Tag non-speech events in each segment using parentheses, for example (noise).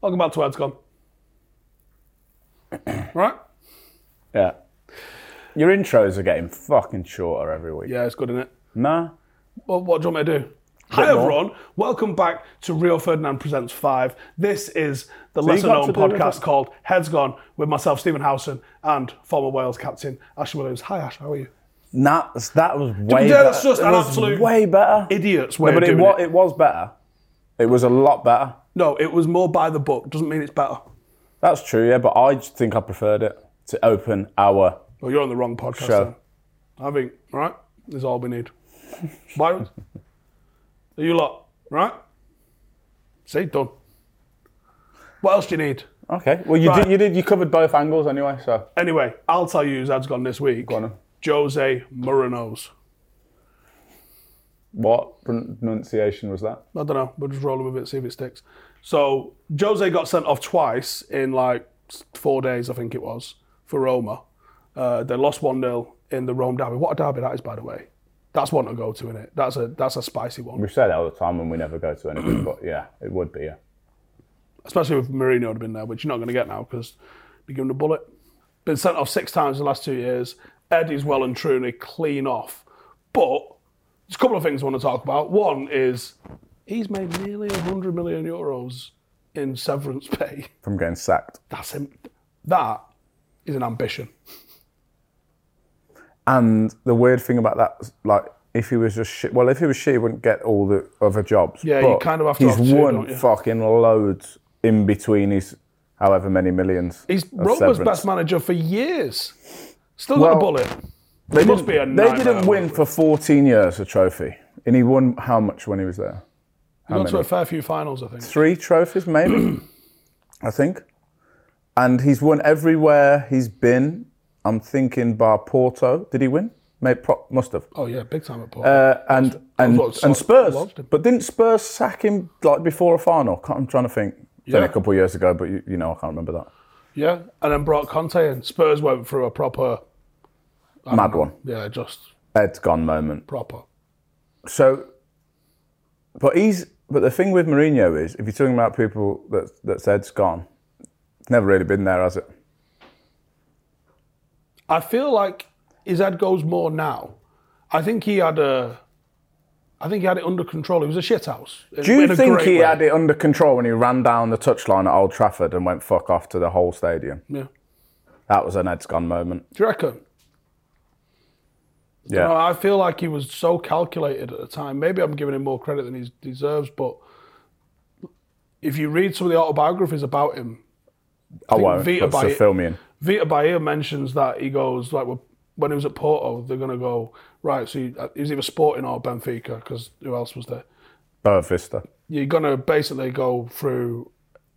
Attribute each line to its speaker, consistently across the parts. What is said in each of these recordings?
Speaker 1: Welcome back to Ed's
Speaker 2: (clears throat)
Speaker 1: Gone. right?
Speaker 2: Yeah. Your intros are getting fucking shorter every week.
Speaker 1: Yeah, it's good, isn't it?
Speaker 2: Nah.
Speaker 1: Well, what do you want me to do? Hi,
Speaker 2: more.
Speaker 1: everyone. Welcome back to Rio Ferdinand Presents 5. This is the lesser
Speaker 2: got
Speaker 1: known
Speaker 2: to do with
Speaker 1: podcast
Speaker 2: it.
Speaker 1: called Heads Gone with myself, Stephen Howson, and former Wales captain, Ash Williams. Hi, Ash, how are you?
Speaker 2: Nah, s- that was way
Speaker 1: Yeah,
Speaker 2: better.
Speaker 1: that's just
Speaker 2: It
Speaker 1: an
Speaker 2: was
Speaker 1: absolute
Speaker 2: way better.
Speaker 1: Idiots way
Speaker 2: no, but
Speaker 1: of
Speaker 2: it,
Speaker 1: doing
Speaker 2: wa-
Speaker 1: it.
Speaker 2: it was better. It was a lot better.
Speaker 1: No, it was more by the book. Doesn't mean it's better.
Speaker 2: That's true, yeah, but I just think I preferred it to open our
Speaker 1: Well, you're on the wrong podcast.
Speaker 2: Sure.
Speaker 1: then. I think, right? Is all we need. (laughs) Why? Are you lot, right? See, done. What else do you need?
Speaker 2: Okay. Well you
Speaker 1: Right.
Speaker 2: did you did you covered both angles anyway, so
Speaker 1: Anyway, I'll tell you who's ad's gone this week.
Speaker 2: go on. then.
Speaker 1: Jose Mourinho's.
Speaker 2: What pronunciation was that?
Speaker 1: I don't know. We'll just roll with it, see if it sticks. So Jose got sent off twice in like s- four days, I think it was, for Roma. Uh, they lost one 0 in the Rome derby. What a derby that is, by the way. That's one to go to, innit? That's a that's a spicy one.
Speaker 2: We say that all the time and we never go to anything, but yeah, it would be, yeah.
Speaker 1: especially with Mourinho would have been there, which you're not going to get now because they give him a bullet. Been sent off six times in the last two years. Eddie's well and truly clean off. But there's a couple of things I want to talk about. One is he's made nearly 100 million euros in severance pay. (laughs)
Speaker 2: From getting sacked.
Speaker 1: That's him. That is an ambition.
Speaker 2: And the weird thing about that, like, if he was just shit, well, if he was shit, he wouldn't get all the other jobs.
Speaker 1: Yeah, you kind of have to
Speaker 2: He's
Speaker 1: have two,
Speaker 2: won
Speaker 1: don't you?
Speaker 2: fucking loads in between his however many millions.
Speaker 1: He's
Speaker 2: of
Speaker 1: Roma's
Speaker 2: severance.
Speaker 1: best manager for years. Still
Speaker 2: Well,
Speaker 1: got a bullet.
Speaker 2: They
Speaker 1: must
Speaker 2: didn't-
Speaker 1: be a
Speaker 2: They
Speaker 1: nightmare,
Speaker 2: didn't win
Speaker 1: must
Speaker 2: for 14 years a trophy, and he won how much when he was there?
Speaker 1: He got to a fair few finals, I think.
Speaker 2: Three
Speaker 1: (clears throat)
Speaker 2: trophies, maybe. I think. And he's won everywhere he's been. I'm thinking bar Porto. Did he win? Maybe, pro- must have.
Speaker 1: Oh yeah, big time at Port.
Speaker 2: Uh, and and,
Speaker 1: what Sol-
Speaker 2: and Spurs,
Speaker 1: loved him.
Speaker 2: but didn't Spurs sack him like before a final? Can't- I'm trying to think. It's been
Speaker 1: Yeah.
Speaker 2: a couple of years ago, but you, you know I can't remember that.
Speaker 1: yeah, and then brought Conte in. Spurs went through a proper
Speaker 2: Mad one.
Speaker 1: Yeah, just
Speaker 2: Ed's gone moment.
Speaker 1: proper.
Speaker 2: So, but he's but the thing with Mourinho is if you're talking about people that that's Ed's gone, it's never really been there, has it?
Speaker 1: I feel like his head goes more now. I think he had a, I think he had it under control. He was a shit house.
Speaker 2: Do you think he had it under control when he ran down the touchline at Old Trafford and went fuck off to the whole stadium?
Speaker 1: Yeah.
Speaker 2: That was an Ed's gone moment.
Speaker 1: Do you reckon?
Speaker 2: Yeah.
Speaker 1: No, I feel like he was so calculated at the time. Maybe I'm giving him more credit than he deserves, but if you read some of the autobiographies about him,
Speaker 2: I,
Speaker 1: think
Speaker 2: won't.
Speaker 1: Vita
Speaker 2: but it's a
Speaker 1: by-
Speaker 2: film in.
Speaker 1: Vita Bahia mentions that he goes like well, when he was at Porto, they're gonna go right. So he, he was either Sporting or Benfica because who else was there?
Speaker 2: Boa Vista.
Speaker 1: You're gonna basically go through.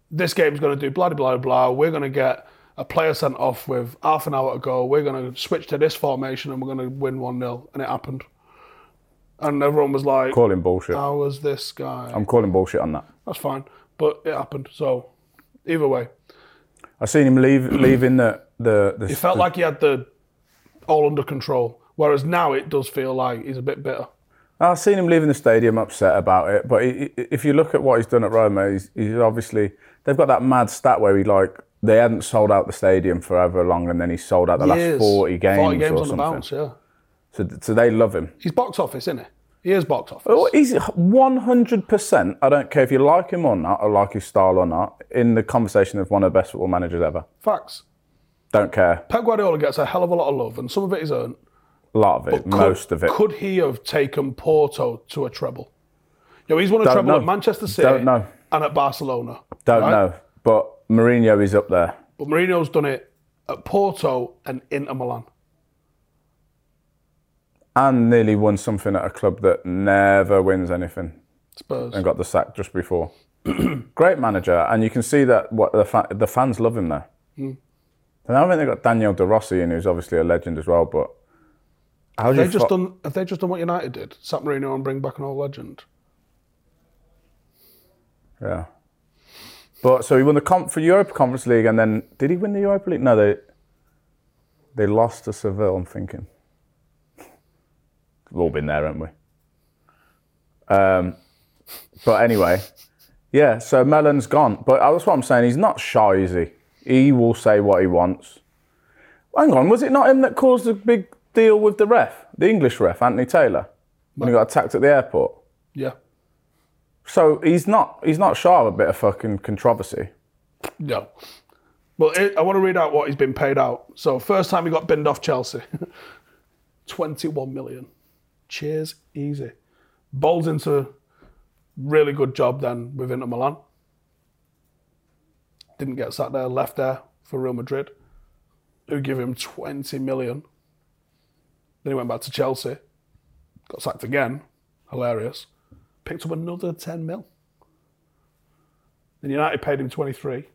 Speaker 1: This game's gonna do blah blah blah blah. We're gonna get a player sent off with half an hour to go. We're gonna switch to this formation and we're gonna win one 0 and it happened. And everyone was like,
Speaker 2: Calling bullshit.
Speaker 1: "How was this guy?"
Speaker 2: I'm calling bullshit on that.
Speaker 1: That's fine, but it happened. So either way,
Speaker 2: I seen him leave, leaving the the. the
Speaker 1: It felt like he had the all under control, whereas now it does feel like he's a bit bitter.
Speaker 2: I seen him leaving the stadium upset about it. But he, he- if you look at what he's done at Roma, he's, he's obviously they've got that mad stat where he like they hadn't sold out the stadium for ever long, and then he sold out the
Speaker 1: Years.
Speaker 2: last forty games, or
Speaker 1: on the
Speaker 2: something.
Speaker 1: bounce, yeah.
Speaker 2: so, so they love him.
Speaker 1: He's box office, isn't he? He is box office.
Speaker 2: Well, he's 100%, I don't care if you like him or not, or like his style or not, in the conversation of one of the best football managers ever.
Speaker 1: Facts.
Speaker 2: Don't care.
Speaker 1: Pep Guardiola gets a hell of a lot of love, and some of it is earned.
Speaker 2: A lot of it,
Speaker 1: Could-
Speaker 2: most of it.
Speaker 1: Could he have taken Porto to a treble? You know, he's won a
Speaker 2: Don't
Speaker 1: treble
Speaker 2: know.
Speaker 1: at Manchester City
Speaker 2: Don't know.
Speaker 1: and at Barcelona.
Speaker 2: Don't
Speaker 1: right?
Speaker 2: know. But Mourinho is up there.
Speaker 1: But Mourinho's done it at Porto and Inter Milan.
Speaker 2: And nearly won something at a club that never wins anything.
Speaker 1: Spurs.
Speaker 2: and got the sack just before. (clears throat) Great manager, and you can see that what the fa- the fans love him there.
Speaker 1: Hmm.
Speaker 2: And I think they've got Daniel De Rossi in, who's obviously a legend as well. But how do
Speaker 1: They
Speaker 2: you
Speaker 1: just
Speaker 2: fu-
Speaker 1: done. Have they just done what United did? Sat Mourinho and bring back an old legend.
Speaker 2: Yeah. But so he won the comp for Europa Conference League, and then did he win the Europa League? No, they they lost to Seville. I'm thinking. We've all been there, haven't we? Um, but anyway, Yeah, so Mellon's gone. But uh, that's what I'm saying. He's not shy, is he? He will say what he wants. Hang on, was it not him that caused the big deal with the ref, the English ref, Anthony Taylor, when he got attacked at the airport?
Speaker 1: Yeah.
Speaker 2: So he's not he's not shy of a bit of fucking controversy.
Speaker 1: No. Well, it, I want to read out what he's been paid out. So, first time he got binned off Chelsea, (laughs) 21 million. Cheers, easy. Bowls into really good job then with Inter Milan. Didn't get sat there, left there for Real Madrid, who give him 20 million. Then he went back to Chelsea, got sacked again, hilarious. Picked up another 10 mil. Then United paid him 23.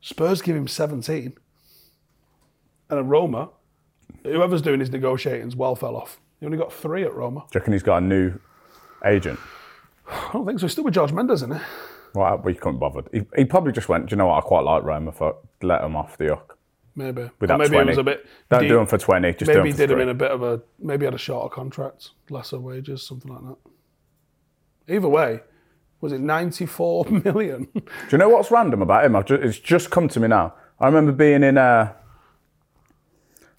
Speaker 1: Spurs give him 17. And then Roma, whoever's doing his negotiating's well fell off. He only got three at Roma.
Speaker 2: Do you reckon he's got a new agent?
Speaker 1: I don't think so. He's still with George Mendes, isn't he?
Speaker 2: Well, we couldn't bother. He, he probably just went, do you know what? I quite like Roma. Fuck, let him off the hook.
Speaker 1: Maybe. Or
Speaker 2: Without
Speaker 1: maybe
Speaker 2: 20.
Speaker 1: it was a bit.
Speaker 2: Don't
Speaker 1: deep.
Speaker 2: do him for 20, just do
Speaker 1: Maybe
Speaker 2: him
Speaker 1: he
Speaker 2: for
Speaker 1: did him
Speaker 2: three.
Speaker 1: in a bit of a maybe had a shorter contract, lesser wages, something like that. Either way, was it ninety four (laughs) million?
Speaker 2: Do you know what's random about him? I've ju- it's just come to me now. I remember being in a.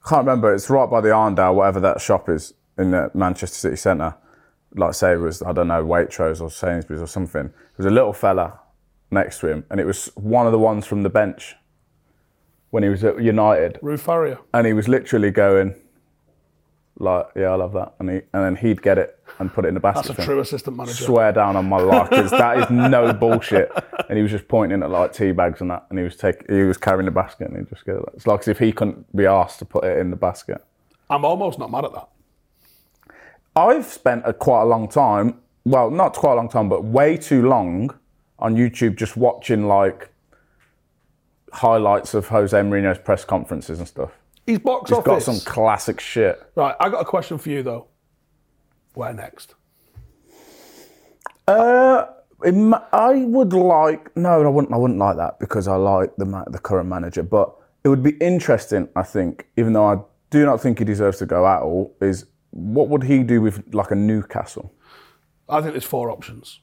Speaker 2: I can't remember. It's right by the Arndale, whatever that shop is in the Manchester City Centre. Like, say it was, I don't know, Waitrose or Sainsbury's or something. There was a little fella next to him, and it was one of the ones from the bench when he was at United.
Speaker 1: Rue Farrier.
Speaker 2: And he was literally going, like, yeah, I love that. And, he, and then he'd get it and put it in the
Speaker 1: That's
Speaker 2: basket.
Speaker 1: a
Speaker 2: for him
Speaker 1: true assistant manager.
Speaker 2: swear down on my life 'cause that is no bullshit. And he was just pointing at like tea bags and that, and he was take, he was carrying the basket, and he just go. It's like as if he couldn't be asked to put it in the basket.
Speaker 1: I'm almost not mad at that.
Speaker 2: I've spent a quite a long time, well, not quite a long time, but way too long on YouTube just watching like highlights of Jose Mourinho's press conferences and stuff.
Speaker 1: He's box
Speaker 2: He's got
Speaker 1: office.
Speaker 2: some classic shit.
Speaker 1: Right, I got a question for you though. Where next?
Speaker 2: Uh, it ma- I would like no, I wouldn't. I wouldn't like that because I like the ma- the current manager. But it would be interesting, I think, even though I do not think he deserves to go at all. Is what would he do with like a Newcastle?
Speaker 1: I think there's four options.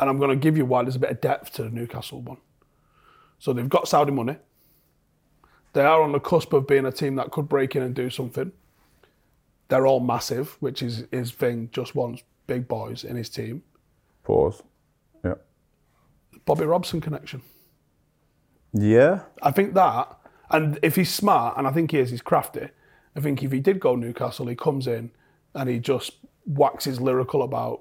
Speaker 1: And I'm going to give you why there's a bit of depth to the Newcastle one. So they've got Saudi money. They are on the cusp of being a team that could break in and do something. They're all massive, which is his thing, just wants big boys in his team.
Speaker 2: Pause. Yeah.
Speaker 1: Bobby Robson connection.
Speaker 2: Yeah.
Speaker 1: I think that, and if he's smart, and I think he is, he's crafty. I think if he did go Newcastle, he comes in and he just waxes lyrical about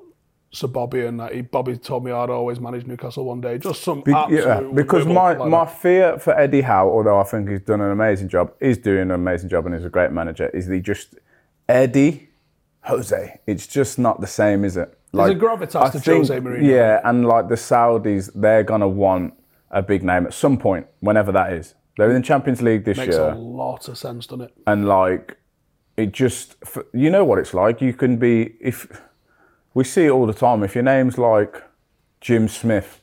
Speaker 1: Sir Bobby and that he Bobby told me I'd always manage Nightcastle one day. Just some
Speaker 2: Be-
Speaker 1: absolute
Speaker 2: yeah, because
Speaker 1: wibble
Speaker 2: my,
Speaker 1: like
Speaker 2: my
Speaker 1: that.
Speaker 2: fear for Eddie Howe, although I think he's done an amazing job, is doing an amazing job and is a great manager, is he just Eddie Jose. It's just not the same, is it?
Speaker 1: a gravitas to Jose Mourinho.
Speaker 2: Yeah, and like the Saudis, they're gonna want a big name at some point, whenever that is. They're in the Champions League this
Speaker 1: makes
Speaker 2: year
Speaker 1: a lot of sense, doesn't it?
Speaker 2: and like it just f- you know what it's like you can be if we see it all the time if your name's like jim smith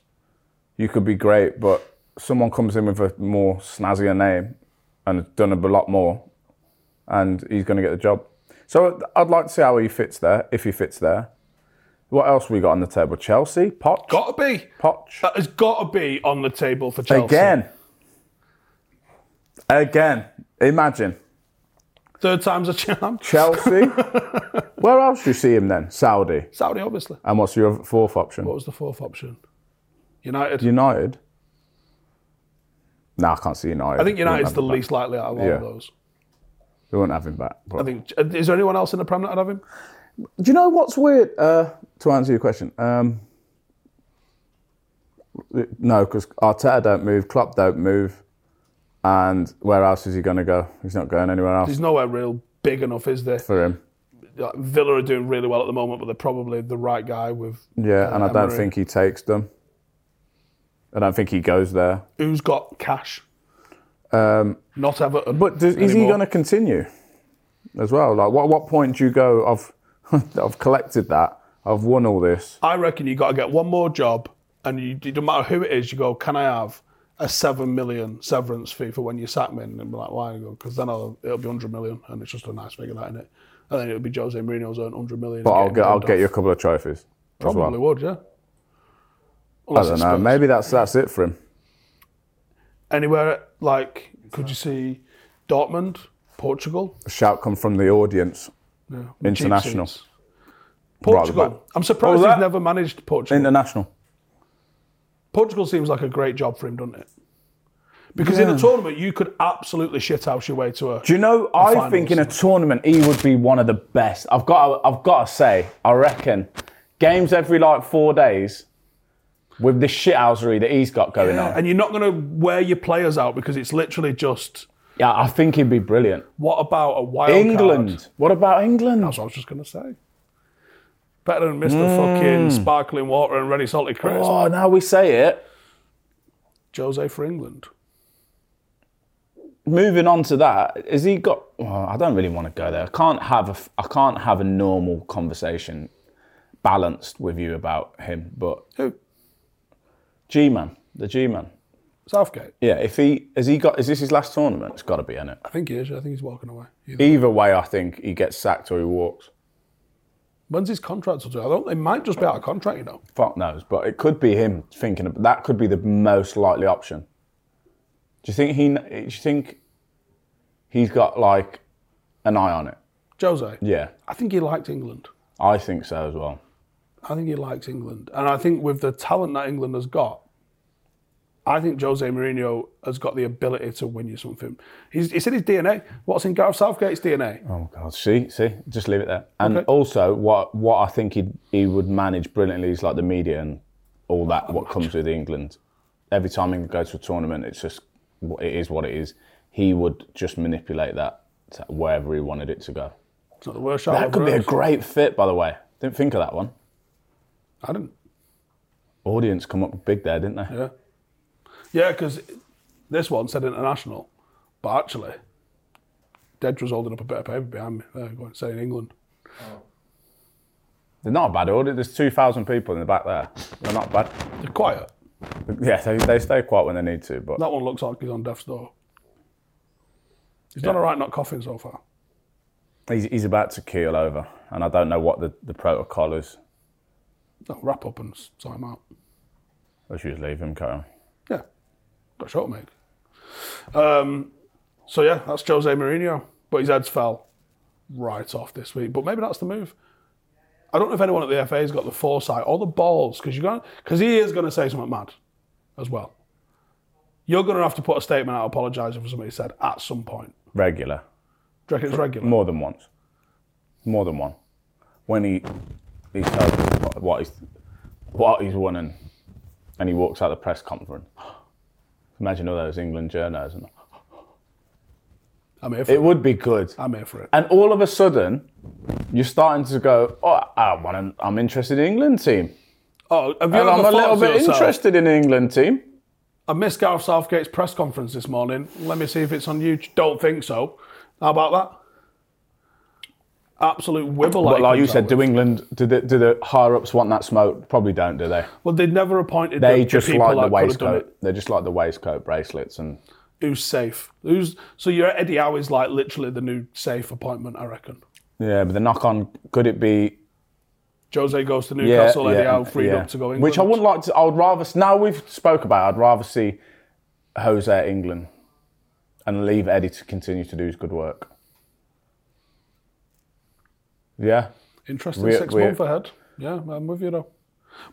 Speaker 2: you could be great but someone comes in with a more snazzier name and has done a lot more and he's going to get the job so i'd like to see how he fits there if he fits there what else we got on the table chelsea potch
Speaker 1: Got to be.
Speaker 2: potch
Speaker 1: That has got to be on the table for Chelsea.
Speaker 2: again again imagine
Speaker 1: Third time's a charm.
Speaker 2: Chelsea. Where else do you see him then? Saudi.
Speaker 1: (laughs) Saudi, obviously.
Speaker 2: And what's your other- fourth option?
Speaker 1: What was the fourth option? United.
Speaker 2: United. No, I can't see United.
Speaker 1: I think United's the
Speaker 2: we wouldn't have him
Speaker 1: least likely out of all
Speaker 2: Yeah.
Speaker 1: of those.
Speaker 2: back. We won't have him back. but-
Speaker 1: I think. Is there anyone else in the Prem that'd have him?
Speaker 2: Do you know what's weird? Uh, to answer your question, um, no, because Arteta don't move, Klopp don't move, and where else is he going to go? He's not going anywhere else
Speaker 1: There's nowhere real big enough, is there?
Speaker 2: for him.
Speaker 1: Like, Villa are doing really well at the moment, but they're probably the right guy with
Speaker 2: Yeah, and I don't
Speaker 1: Uh, Emery.
Speaker 2: think he takes them. I don't think he goes there.
Speaker 1: who's got cash. Um, Not Everton.
Speaker 2: But does, is he going to continue as well? Like, what what point do you go? I've (laughs) I've collected that. I've won all this.
Speaker 1: I reckon you got to get one more job, and you, it don't matter who it is. You go, can I have a seven million severance fee for when you sack me? And I'm like, why? And you go, because then I'll, it'll be hundred million, and it's just a nice figure, that in it. And then it'll be Jose Mourinho's earned hundred million.
Speaker 2: But I'll get I'll get you a couple of trophies.
Speaker 1: Probably
Speaker 2: as well.
Speaker 1: would, yeah.
Speaker 2: I
Speaker 1: Unless
Speaker 2: don't
Speaker 1: it's
Speaker 2: know.
Speaker 1: Spurs.
Speaker 2: Maybe that's that's it for him.
Speaker 1: Anywhere, like, could you see Dortmund, Portugal?
Speaker 2: A shout come from the audience.
Speaker 1: No.
Speaker 2: International.
Speaker 1: Cheap seats.
Speaker 2: Right back.
Speaker 1: Portugal. I'm surprised
Speaker 2: Oh, that-
Speaker 1: he's never managed Portugal.
Speaker 2: International.
Speaker 1: Portugal seems like a great job for him, doesn't it? Because in
Speaker 2: Yeah.
Speaker 1: a tournament, you could absolutely shit house your way to a.
Speaker 2: Do you know? I
Speaker 1: finals.
Speaker 2: think in a tournament he would be one of the best. I've got. I've got to say. I reckon games every like four days with this shithousery that he's got going on.
Speaker 1: and you're not going to wear your players out because it's literally just
Speaker 2: Yeah, I think he'd be brilliant.
Speaker 1: what about a wild
Speaker 2: England.
Speaker 1: card?
Speaker 2: What about England?
Speaker 1: That's what I was just going to say. Better than Mr.
Speaker 2: Hmm.
Speaker 1: Fucking Sparkling Water and Ready Salty Crisp.
Speaker 2: Oh, now we say it.
Speaker 1: Jose for England.
Speaker 2: Moving on to that, has he got? Well, I don't really want to go there. I can't have a. f- I can't have a normal conversation balanced with you about him. But
Speaker 1: Who?
Speaker 2: G-man, the G-man.
Speaker 1: Southgate.
Speaker 2: Yeah, if he has he got is this his last tournament? It's got to be in it.
Speaker 1: I think he is. I think he's walking away. Either.
Speaker 2: Either way, I think he gets sacked or he walks.
Speaker 1: When's his contract up to? I don't. It might just be out of contract, you know.
Speaker 2: Fuck knows, but it could be him thinking of, that could be the most likely option. Do you think he? kn- Do you think he's got like an eye on it?
Speaker 1: Jose.
Speaker 2: Yeah,
Speaker 1: I think he liked England.
Speaker 2: I think so as well.
Speaker 1: I think he likes England. And I think with the talent that England has got, I think Jose Mourinho has got the ability to win you something. He's, it's in his DNA. What's in Gareth Southgate's DNA?
Speaker 2: Oh God, see, see, just leave it there. And
Speaker 1: Okay.
Speaker 2: also, what what I think he he would manage brilliantly is like the media and all that. What comes with England, every time England goes to a tournament, it's just wh- it is what it is. He would just manipulate that to wherever he wanted it to go.
Speaker 1: It's not the worst shot.
Speaker 2: That
Speaker 1: I've
Speaker 2: could be
Speaker 1: ever
Speaker 2: a
Speaker 1: heard.
Speaker 2: great fit, by the way. Didn't think of that one.
Speaker 1: I didn't.
Speaker 2: Audience come up big there, didn't they?
Speaker 1: Yeah. Yeah, because this one said international, but actually, Dedra's holding up a bit of paper behind me. There, going saying England.
Speaker 2: They're not a bad audience. There's two thousand people in the back there. They're not bad.
Speaker 1: They're quiet.
Speaker 2: Yeah, they, they stay quiet when they need to, but
Speaker 1: That one looks like he's on death's door. He's done all right not coughing so far.
Speaker 2: he's, he's about to keel over, and I don't know what the, the protocol is.
Speaker 1: No, wrap up and s- sort him out.
Speaker 2: I should just leave him, Kyle.
Speaker 1: Yeah, got a shot to make. Um, so yeah, that's Jose Mourinho, but his heads fell right off this week. But maybe that's the move. I don't know if anyone at the FA has got the foresight or the balls because you're going because he is going to say something mad as well. You're going to have to put a statement out apologising for something he said at some point.
Speaker 2: Regular.
Speaker 1: Do you reckon it's regular?
Speaker 2: More than once. More than one. When he he tells us what, what he's what he's won and, and he walks out the press conference. Imagine all those England journos and
Speaker 1: I'm here for
Speaker 2: it
Speaker 1: it.
Speaker 2: would be good.
Speaker 1: I'm here for it.
Speaker 2: And all of a sudden, you're starting to go, oh, I want to, I'm interested in England team.
Speaker 1: Oh, have you
Speaker 2: And
Speaker 1: ever
Speaker 2: I'm a
Speaker 1: thought
Speaker 2: little
Speaker 1: to
Speaker 2: bit
Speaker 1: yourself,
Speaker 2: interested in England team.
Speaker 1: I missed Gareth Southgate's press conference this morning. Let me see if it's on YouTube. Don't think so. How about that? Absolute wibble.
Speaker 2: But like you said, do England, do the, do the higher ups want that smoke? Probably don't, do they?
Speaker 1: Well, they'd never appointed.
Speaker 2: They
Speaker 1: the,
Speaker 2: just
Speaker 1: the people that
Speaker 2: like the
Speaker 1: could have done
Speaker 2: waistcoat. They just like the waistcoat bracelets and
Speaker 1: it. Who's safe? Who's so? Your Eddie Howe is like literally the new safe appointment, I reckon.
Speaker 2: Yeah, but the knock on could it be?
Speaker 1: Jose goes to
Speaker 2: Yeah,
Speaker 1: Newcastle. Eddie
Speaker 2: yeah,
Speaker 1: Howe freed
Speaker 2: yeah.
Speaker 1: up to go England.
Speaker 2: Which I wouldn't like to. I would rather. s- Now we've spoke about. it, I'd rather see Jose at England and leave Eddie to continue to do his good work. Yeah,
Speaker 1: Interesting
Speaker 2: We're-
Speaker 1: 6
Speaker 2: we're-
Speaker 1: month ahead. Yeah, I'm with you though.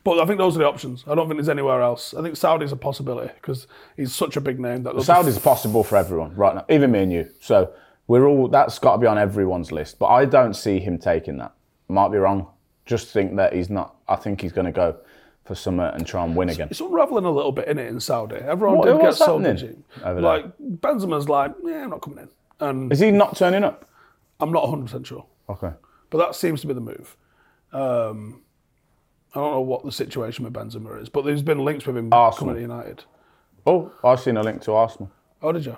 Speaker 1: But I think those are the options. I don't think there's anywhere else. I think Saudi's a possibility because he's such a big name that they'll just-
Speaker 2: Saudi's possible for everyone right now, even me and you. So we're all. That's got to be on everyone's list. But I don't see him taking that. Might be wrong. Just think that he's not. I think he's going to go for summer and try and win again.
Speaker 1: it's unraveling a little bit in it in Saudi. Everyone
Speaker 2: What-
Speaker 1: did get
Speaker 2: what's
Speaker 1: so
Speaker 2: happening
Speaker 1: busy.
Speaker 2: over there?
Speaker 1: Like Benzema's like, yeah, I'm not coming in, and
Speaker 2: Is he not turning up?
Speaker 1: I'm not 100 percent sure,
Speaker 2: Okay.
Speaker 1: but that seems to be the move. Um, I don't know what the situation with Benzema is, but there's been links with him
Speaker 2: Arsenal.
Speaker 1: coming to United.
Speaker 2: Oh, I've seen a link to Arsenal.
Speaker 1: Oh, did you?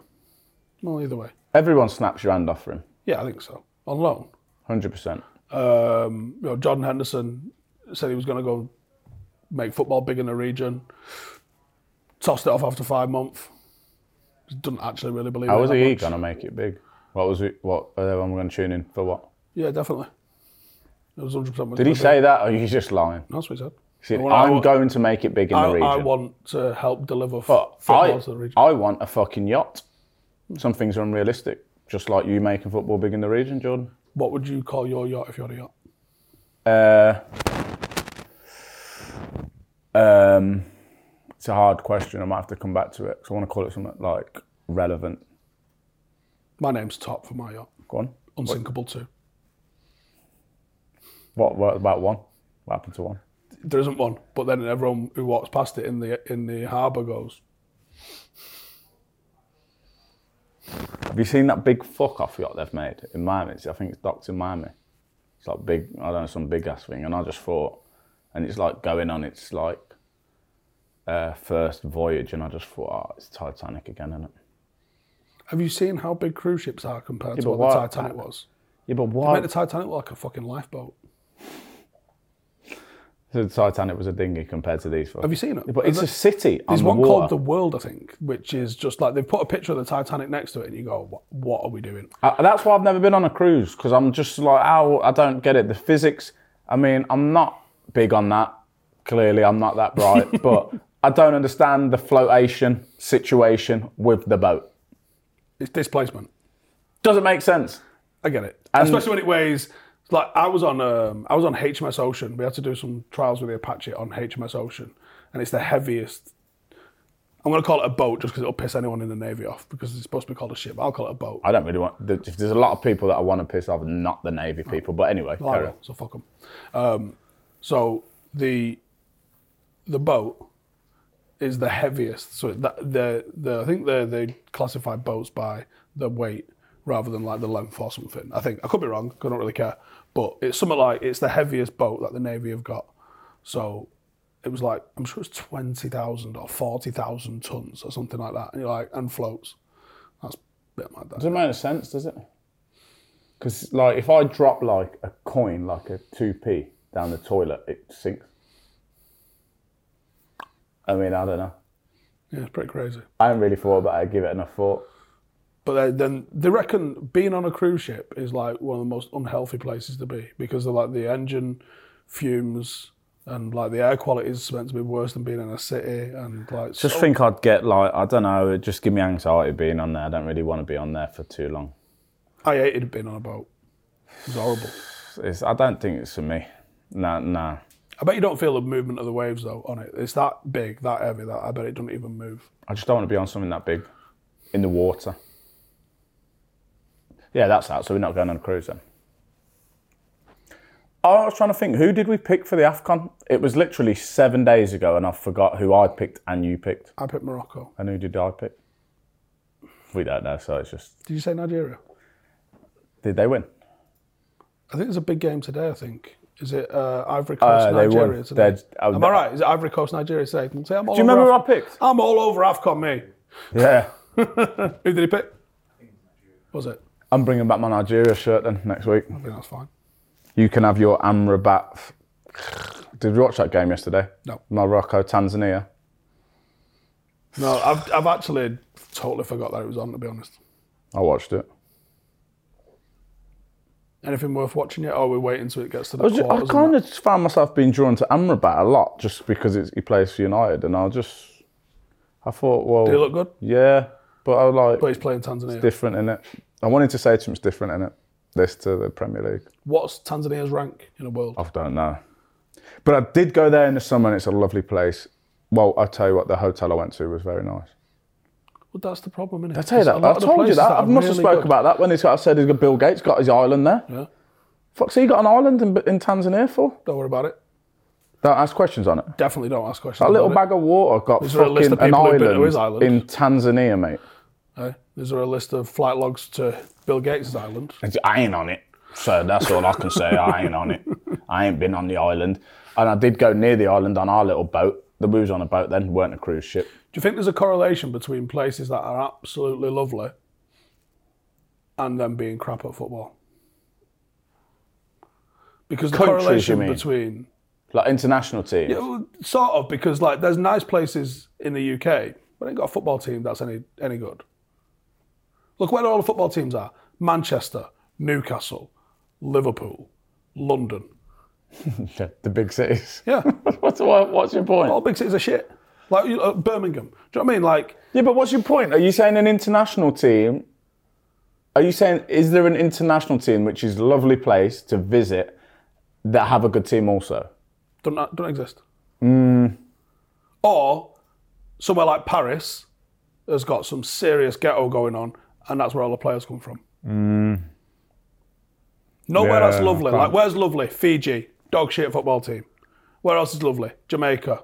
Speaker 1: Well, either way,
Speaker 2: Everyone snaps your hand off for him,
Speaker 1: yeah, I think so. On loan,
Speaker 2: 100%.
Speaker 1: um, you know, John Henderson said he was going to go make football big in the region. Tossed it off after five months. Doesn't actually really believe.
Speaker 2: How
Speaker 1: it
Speaker 2: was
Speaker 1: that
Speaker 2: he
Speaker 1: much.
Speaker 2: going to make it big? What was it? What? Uh, I'm going to tune in for what?
Speaker 1: Yeah, definitely. It was 100%
Speaker 2: Did he say that or are you just lying?
Speaker 1: That's what he said.
Speaker 2: He See,
Speaker 1: Well, I
Speaker 2: I'm
Speaker 1: wa-
Speaker 2: going to make it big in
Speaker 1: I,
Speaker 2: the region.
Speaker 1: I want to help deliver f-
Speaker 2: But
Speaker 1: football
Speaker 2: I,
Speaker 1: to the region.
Speaker 2: I want a fucking yacht. Some things are unrealistic, just like you making football big in the region, Jordan.
Speaker 1: What would you call your yacht if you had a yacht?
Speaker 2: Uh, um, it's a hard question. I might have to come back to it because I want to call it something like relevant.
Speaker 1: My name's Top for my yacht.
Speaker 2: Go on.
Speaker 1: Unsinkable too.
Speaker 2: What, what about one? What happened to one?
Speaker 1: There isn't one, but then everyone who walks past it in the in the harbour goes,
Speaker 2: Have you seen that big fuck off yacht they've made in Miami? It's- I think it's docked in Miami. It's like big, I don't know, some big ass thing. And I just thought, and it's like going on its like uh, first voyage. And I just thought, oh, it's Titanic again, isn't it?
Speaker 1: "Have you seen how big cruise ships are compared to
Speaker 2: but
Speaker 1: what, the
Speaker 2: what-
Speaker 1: Titanic was?
Speaker 2: Yeah, but
Speaker 1: I
Speaker 2: why?
Speaker 1: meant the Titanic was like a fucking lifeboat.
Speaker 2: So the Titanic was a dinghy compared to these.
Speaker 1: Have you seen it?
Speaker 2: But it's a city.
Speaker 1: There's
Speaker 2: on
Speaker 1: one
Speaker 2: the
Speaker 1: called
Speaker 2: water.
Speaker 1: The World, I think, which is just like they've put a picture of the Titanic next to it, and you go, "What, what are we doing?"
Speaker 2: I- that's why I've never been on a cruise because I'm just like, oh, I don't get it. The physics. I mean, I'm not big on that. Clearly, I'm not that bright, but I don't understand the flotation situation with the boat.
Speaker 1: It's displacement.
Speaker 2: Doesn't make sense.
Speaker 1: I get it, especially when it weighs. Like I was on, um, I was on HMS Ocean. We had to do some trials with the Apache on HMS Ocean, and it's the heaviest. I'm going to call it a boat just because it'll piss anyone in the navy off because it's supposed to be called a ship. I'll call it a boat.
Speaker 2: I don't really want. there- If there's a lot of people that I want to piss off, not the navy people. But anyway,
Speaker 1: I
Speaker 2: carry on.
Speaker 1: will, so fuck them. Um, so the the boat is the heaviest. So that the the I think they they classify boats by the weight rather than like the length or something. I think I could be wrong. 'cause I don't really care. But it's something like it's the heaviest boat that the navy have got. So it was like I'm sure it's twenty thousand or forty thousand tons or something like that. And you're like and floats. That's a bit mad. That.
Speaker 2: Doesn't make sense, does it? Because like, if I drop like a coin, like a two p, down the toilet, it sinks. I mean, I don't know.
Speaker 1: Yeah, it's pretty crazy.
Speaker 2: I haven't really thought about it. Give it enough thought.
Speaker 1: But they, then they reckon being on a cruise ship is like one of the most unhealthy places to be because of like the engine fumes and like the air quality is meant to be worse than being in a city and like
Speaker 2: Just
Speaker 1: so-
Speaker 2: think I'd get like I don't know. It just give me anxiety being on there. I don't really want to be on there for too long.
Speaker 1: I hated being on a boat. It was horrible.
Speaker 2: It's, I don't think it's for me. No, no.
Speaker 1: I bet you don't feel the movement of the waves though on it. It's that big, that heavy that I bet it doesn't even move.
Speaker 2: I just don't want to be on something that big in the water. Yeah, that's that. So we're not going on a cruise then. I was trying to think who did we pick for the Afcon? It was literally seven days ago, and I forgot who I picked and you picked.
Speaker 1: I picked Morocco.
Speaker 2: And who did I pick? We don't know. So it's just
Speaker 1: Did you say Nigeria?
Speaker 2: did they win?
Speaker 1: I think there's a big game today. I think is it uh, Ivory Coast
Speaker 2: Uh, they won.
Speaker 1: Nigeria today?
Speaker 2: They're- oh,
Speaker 1: Am
Speaker 2: no.
Speaker 1: I right? Is it Ivory Coast Nigeria today? Do you
Speaker 2: Do you remember who I picked?
Speaker 1: I'm all over Afcon me.
Speaker 2: Yeah.
Speaker 1: Who did he pick? Was it?
Speaker 2: I'm bringing back my Nigeria shirt then next week.
Speaker 1: I think that's fine.
Speaker 2: You can have your Amrabat. Did you watch that game yesterday?
Speaker 1: No.
Speaker 2: Morocco, Tanzania.
Speaker 1: No, I've, I've actually totally forgot that it was on, to be honest.
Speaker 2: I watched it.
Speaker 1: Anything worth watching yet? Oh, we're waiting till it gets to the
Speaker 2: I, was ju- I
Speaker 1: quarters. and
Speaker 2: kind
Speaker 1: that.
Speaker 2: of just found myself being drawn to Amrabat a lot just because it's, he plays for United, and I just, I thought, well,
Speaker 1: Did he look good?
Speaker 2: yeah, but I like
Speaker 1: But he's playing Tanzania.
Speaker 2: different in it. I wanted to say to him it's different in it. This to the Premier League.
Speaker 1: What's Tanzania's rank in the world?
Speaker 2: I don't know, but I did go there in the summer, and it's a lovely place. Well, I tell you what, the hotel I went to was very nice.
Speaker 1: Well, that's the problem, isn't it?
Speaker 2: I tell you that. I told you that. I must have spoke about that when he's got, I said he's got Bill Gates got his island there.
Speaker 1: Yeah.
Speaker 2: Fuck's he got an island in, in Tanzania for?
Speaker 1: Don't worry about it.
Speaker 2: Don't ask questions on it.
Speaker 1: Definitely don't ask questions.
Speaker 2: A little
Speaker 1: about
Speaker 2: bag of water got
Speaker 1: there a list
Speaker 2: fucking
Speaker 1: of people
Speaker 2: an
Speaker 1: who've been to
Speaker 2: island,
Speaker 1: his island?
Speaker 2: in Tanzania, mate.
Speaker 1: it. Eh? Is there a list of flight logs to Bill Gates' island?
Speaker 2: I ain't on it. So that's all I can say. I ain't on it. I ain't been on the island. And I did go near the island on our little boat. The we was on a boat then, weren't a cruise ship.
Speaker 1: Do you think there's a correlation between places that are absolutely lovely and them being crap at football? Because the
Speaker 2: Countries, you
Speaker 1: correlation
Speaker 2: mean?
Speaker 1: between
Speaker 2: Like international teams.
Speaker 1: Well, sort of because like there's nice places in the UK, but ain't got a football team that's any any good. Look where all the football teams are: Manchester, Newcastle, Liverpool, London.
Speaker 2: Yeah, (laughs) the big cities.
Speaker 1: Yeah. (laughs)
Speaker 2: what's, what, what's your point?
Speaker 1: All big cities are shit. Like you know, Birmingham. Do you know what I mean? Like,
Speaker 2: Yeah, but what's your point? Are you saying an international team? Are you saying is there an international team which is a lovely place to visit that have a good team also?
Speaker 1: don't uh, don't exist.
Speaker 2: Mm.
Speaker 1: Or somewhere like Paris has got some serious ghetto going on, and that's where all the players come from. Nowhere
Speaker 2: Mm. Yeah,
Speaker 1: that's lovely.
Speaker 2: I
Speaker 1: Like
Speaker 2: can't-
Speaker 1: where's lovely? Fiji, dog shit football team. Where else is lovely? Jamaica,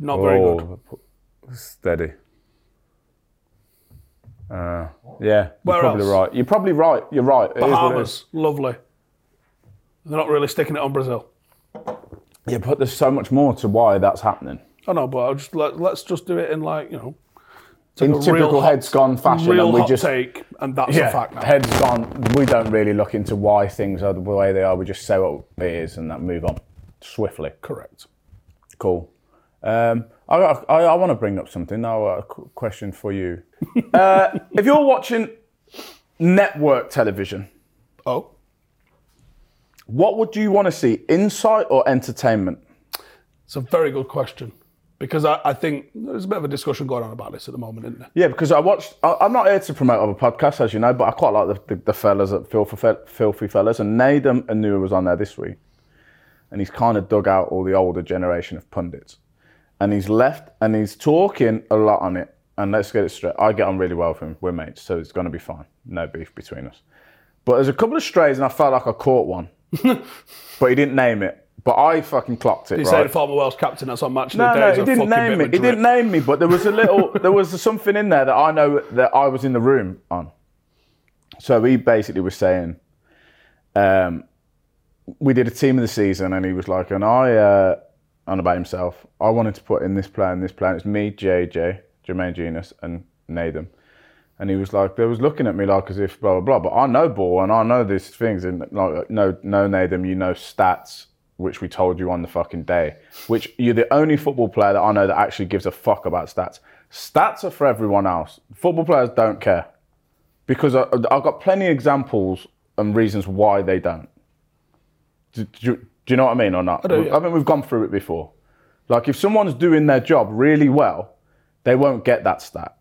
Speaker 1: not very good.
Speaker 2: Oh. Steady. Uh, yeah,
Speaker 1: Where
Speaker 2: you're probably
Speaker 1: else?
Speaker 2: right. You're probably right. You're right. It is what it is.
Speaker 1: Bahamas, lovely. They're not really sticking it on Brazil.
Speaker 2: Yeah, but there's so much more to why that's happening.
Speaker 1: I know, but I'll just let, let's just do it in like you know,
Speaker 2: In
Speaker 1: a real
Speaker 2: typical
Speaker 1: hot-
Speaker 2: heads gone fashion,
Speaker 1: real
Speaker 2: and we
Speaker 1: hot
Speaker 2: just
Speaker 1: take, and that's
Speaker 2: yeah,
Speaker 1: a fact. Now.
Speaker 2: heads gone. We don't really look into why things are the way they are. We just say what it is and that move on swiftly.
Speaker 1: Correct.
Speaker 2: Cool. Um, I, I, I want to bring up something now. A qu- question for you. uh, if you're watching network television,
Speaker 1: Oh.
Speaker 2: what would you want to see? Insight or entertainment?
Speaker 1: It's a very good question because I, I think there's a bit of a discussion going on about this at the moment, isn't there?
Speaker 2: Yeah, because I watched. I, I'm not here to promote other podcasts, as you know, but I quite like the, the, the fellas at Filthy, Fel- Filthy Fellas, and Nadem Anua was on there this week, and he's kind of dug out all the older generation of pundits, and he's left and he's talking a lot on it. And let's get it straight. I get on really well with him. We're mates, so it's going to be fine. No beef between us. But there's a couple of strays, and I felt like I
Speaker 1: (laughs)
Speaker 2: caught one, but he didn't name it. But I fucking clocked it.
Speaker 1: He
Speaker 2: right?
Speaker 1: said former Welsh captain that's on match of
Speaker 2: No,
Speaker 1: the day.
Speaker 2: no,
Speaker 1: is
Speaker 2: he
Speaker 1: a
Speaker 2: didn't
Speaker 1: fucking
Speaker 2: name
Speaker 1: bit
Speaker 2: me.
Speaker 1: of
Speaker 2: He didn't name me, but there was
Speaker 1: (laughs)
Speaker 2: a little, there was something in there that I know that I was in the room on. So he basically was saying, um, we did a team of the season, and he was like, and I, uh, on about himself, I wanted to put in this player and this player. It's me, JJ, Jermaine Genius, and Nadem. And he was like, they was looking at me like as if blah blah blah. But I know ball and I know these things. And like, no, no, Nadem, you know stats, which we told you on the fucking day. Which you're the only football player that I know that actually gives a fuck about stats. Stats are for everyone else. Football players don't care because I, I've got plenty of examples and reasons why they don't. Do, do, you- do you know what I mean or not? I,
Speaker 1: do, yeah.
Speaker 2: think we've gone through it before. Like if someone's doing their job really well, they won't get that stat.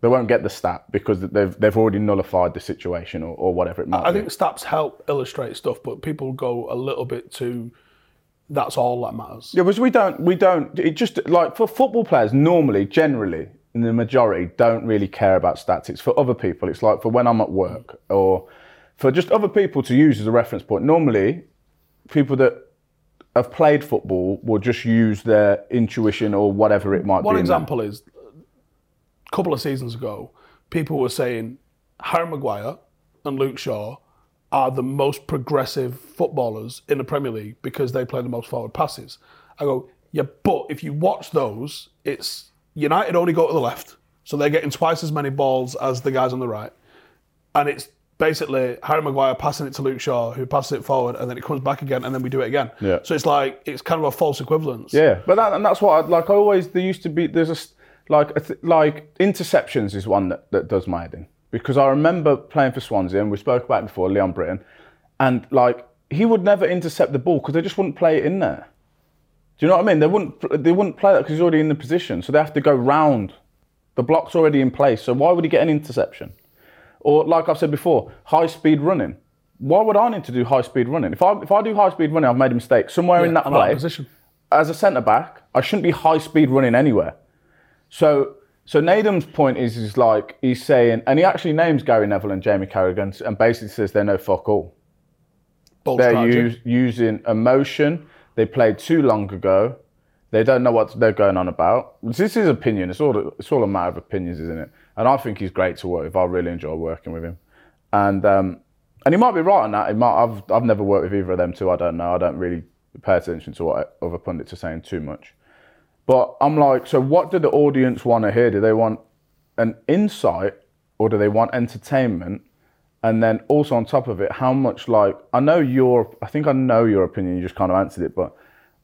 Speaker 2: They won't get the stat because they've they've already nullified the situation or, or whatever it might
Speaker 1: I
Speaker 2: be.
Speaker 1: think stats help illustrate stuff, but people go a little bit too. That's all that matters.
Speaker 2: Yeah, because we don't, we don't. It just like for football players, normally, generally, in the majority, don't really care about stats. It's for other people. It's like for when I'm at work or for just other people to use as a reference point. Normally, people that have played football will just use their intuition or whatever it might be.
Speaker 1: One
Speaker 2: in that.
Speaker 1: example is a couple of seasons ago, people were saying Harry Maguire and Luke Shaw are the most progressive footballers in the Premier League because they play the most forward passes. I go, yeah, but if you watch those, it's United only go to the left, so they're getting twice as many balls as the guys on the right and it's basically Harry Maguire passing it to Luke Shaw, who passes it forward, and then it comes back again, and then we do it again.
Speaker 2: Yeah.
Speaker 1: So it's like it's kind of a false equivalence.
Speaker 2: Yeah, but that, and that's what I, like. I always there used to be there's a s- like a th- like interceptions is one that, that does my head in because I remember playing for Swansea and we spoke about it before Leon Britton, and like he would never intercept the ball because they just wouldn't play it in there. Do you know what I mean? They wouldn't they wouldn't play that because he's already in the position, so they have to go round. The block's already in place, so why would he get an interception? Or like I've said before, high speed running. Why would I need to do high speed running? If I if I do high speed running, I've made a mistake somewhere in that
Speaker 1: I'm out of
Speaker 2: play
Speaker 1: position.
Speaker 2: as a centre back, I shouldn't be high speed running anywhere. So so Nadem's point is is like he's saying, and he actually names Gary Neville and Jamie Carrigan, and basically says they're no fuck all.
Speaker 1: Bold
Speaker 2: They're
Speaker 1: strategy.
Speaker 2: us- using emotion. They played too long ago. They don't know what they're going on about. This is opinion. It's all it's all a matter of opinions, isn't it? And I think he's great to work with. I really enjoy working with him. And um, and he might be right on that. He might. I've I've never worked with either of them two. I don't know. I don't really pay attention to what other pundits are saying too much. But I'm like, so what do the audience want to hear? Do they want an insight or do they want entertainment? And then also on top of it, how much like I know your I think I know your opinion, you just kind of answered it, but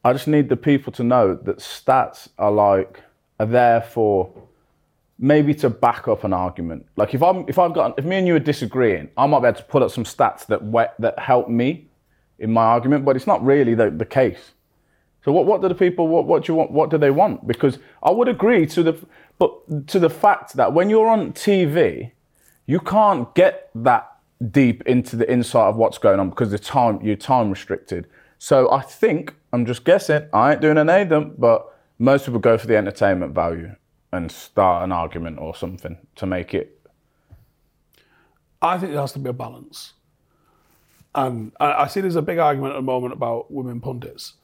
Speaker 2: I just need the people to know that stats are like are there for maybe to back up an argument. Like if I'm if I've got if me and you are disagreeing, I might be able to pull up some stats that we, that help me in my argument, but it's not really the, the case. So what, what do the people what, what do you want what do they want? Because I would agree to the but to the fact that when you're on TV, you can't get that deep into the insight of what's going on because the time you're time restricted. So I think I'm just guessing. I ain't doing an them, but most people go for the entertainment value and start an argument or something to make it.
Speaker 1: I think there has to be a balance. And I, I see there's a big argument at the moment about women pundits.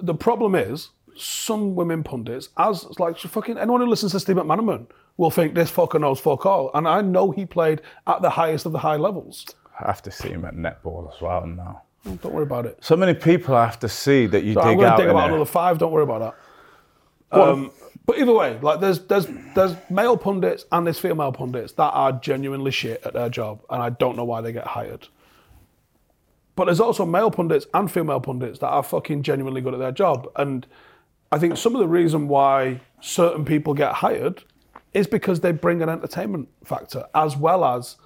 Speaker 1: The problem is, some women pundits, as like fucking anyone who listens to Steve McManaman, will think this fucker knows fuck all. And I know he played at the highest of the high levels.
Speaker 2: I have to see him at netball as well now.
Speaker 1: Don't worry about it.
Speaker 2: So many people I have to see that you
Speaker 1: So I'm
Speaker 2: dig
Speaker 1: going
Speaker 2: out.
Speaker 1: to dig
Speaker 2: in
Speaker 1: about
Speaker 2: it.
Speaker 1: another five. Don't worry about that. Um, but either way, like there's there's there's male pundits and there's female pundits that are genuinely shit at their job, and I don't know why they get hired. But there's also male pundits and female pundits that are fucking genuinely good at their job, and I think some of the reason why certain people get hired is because they bring an entertainment factor as well as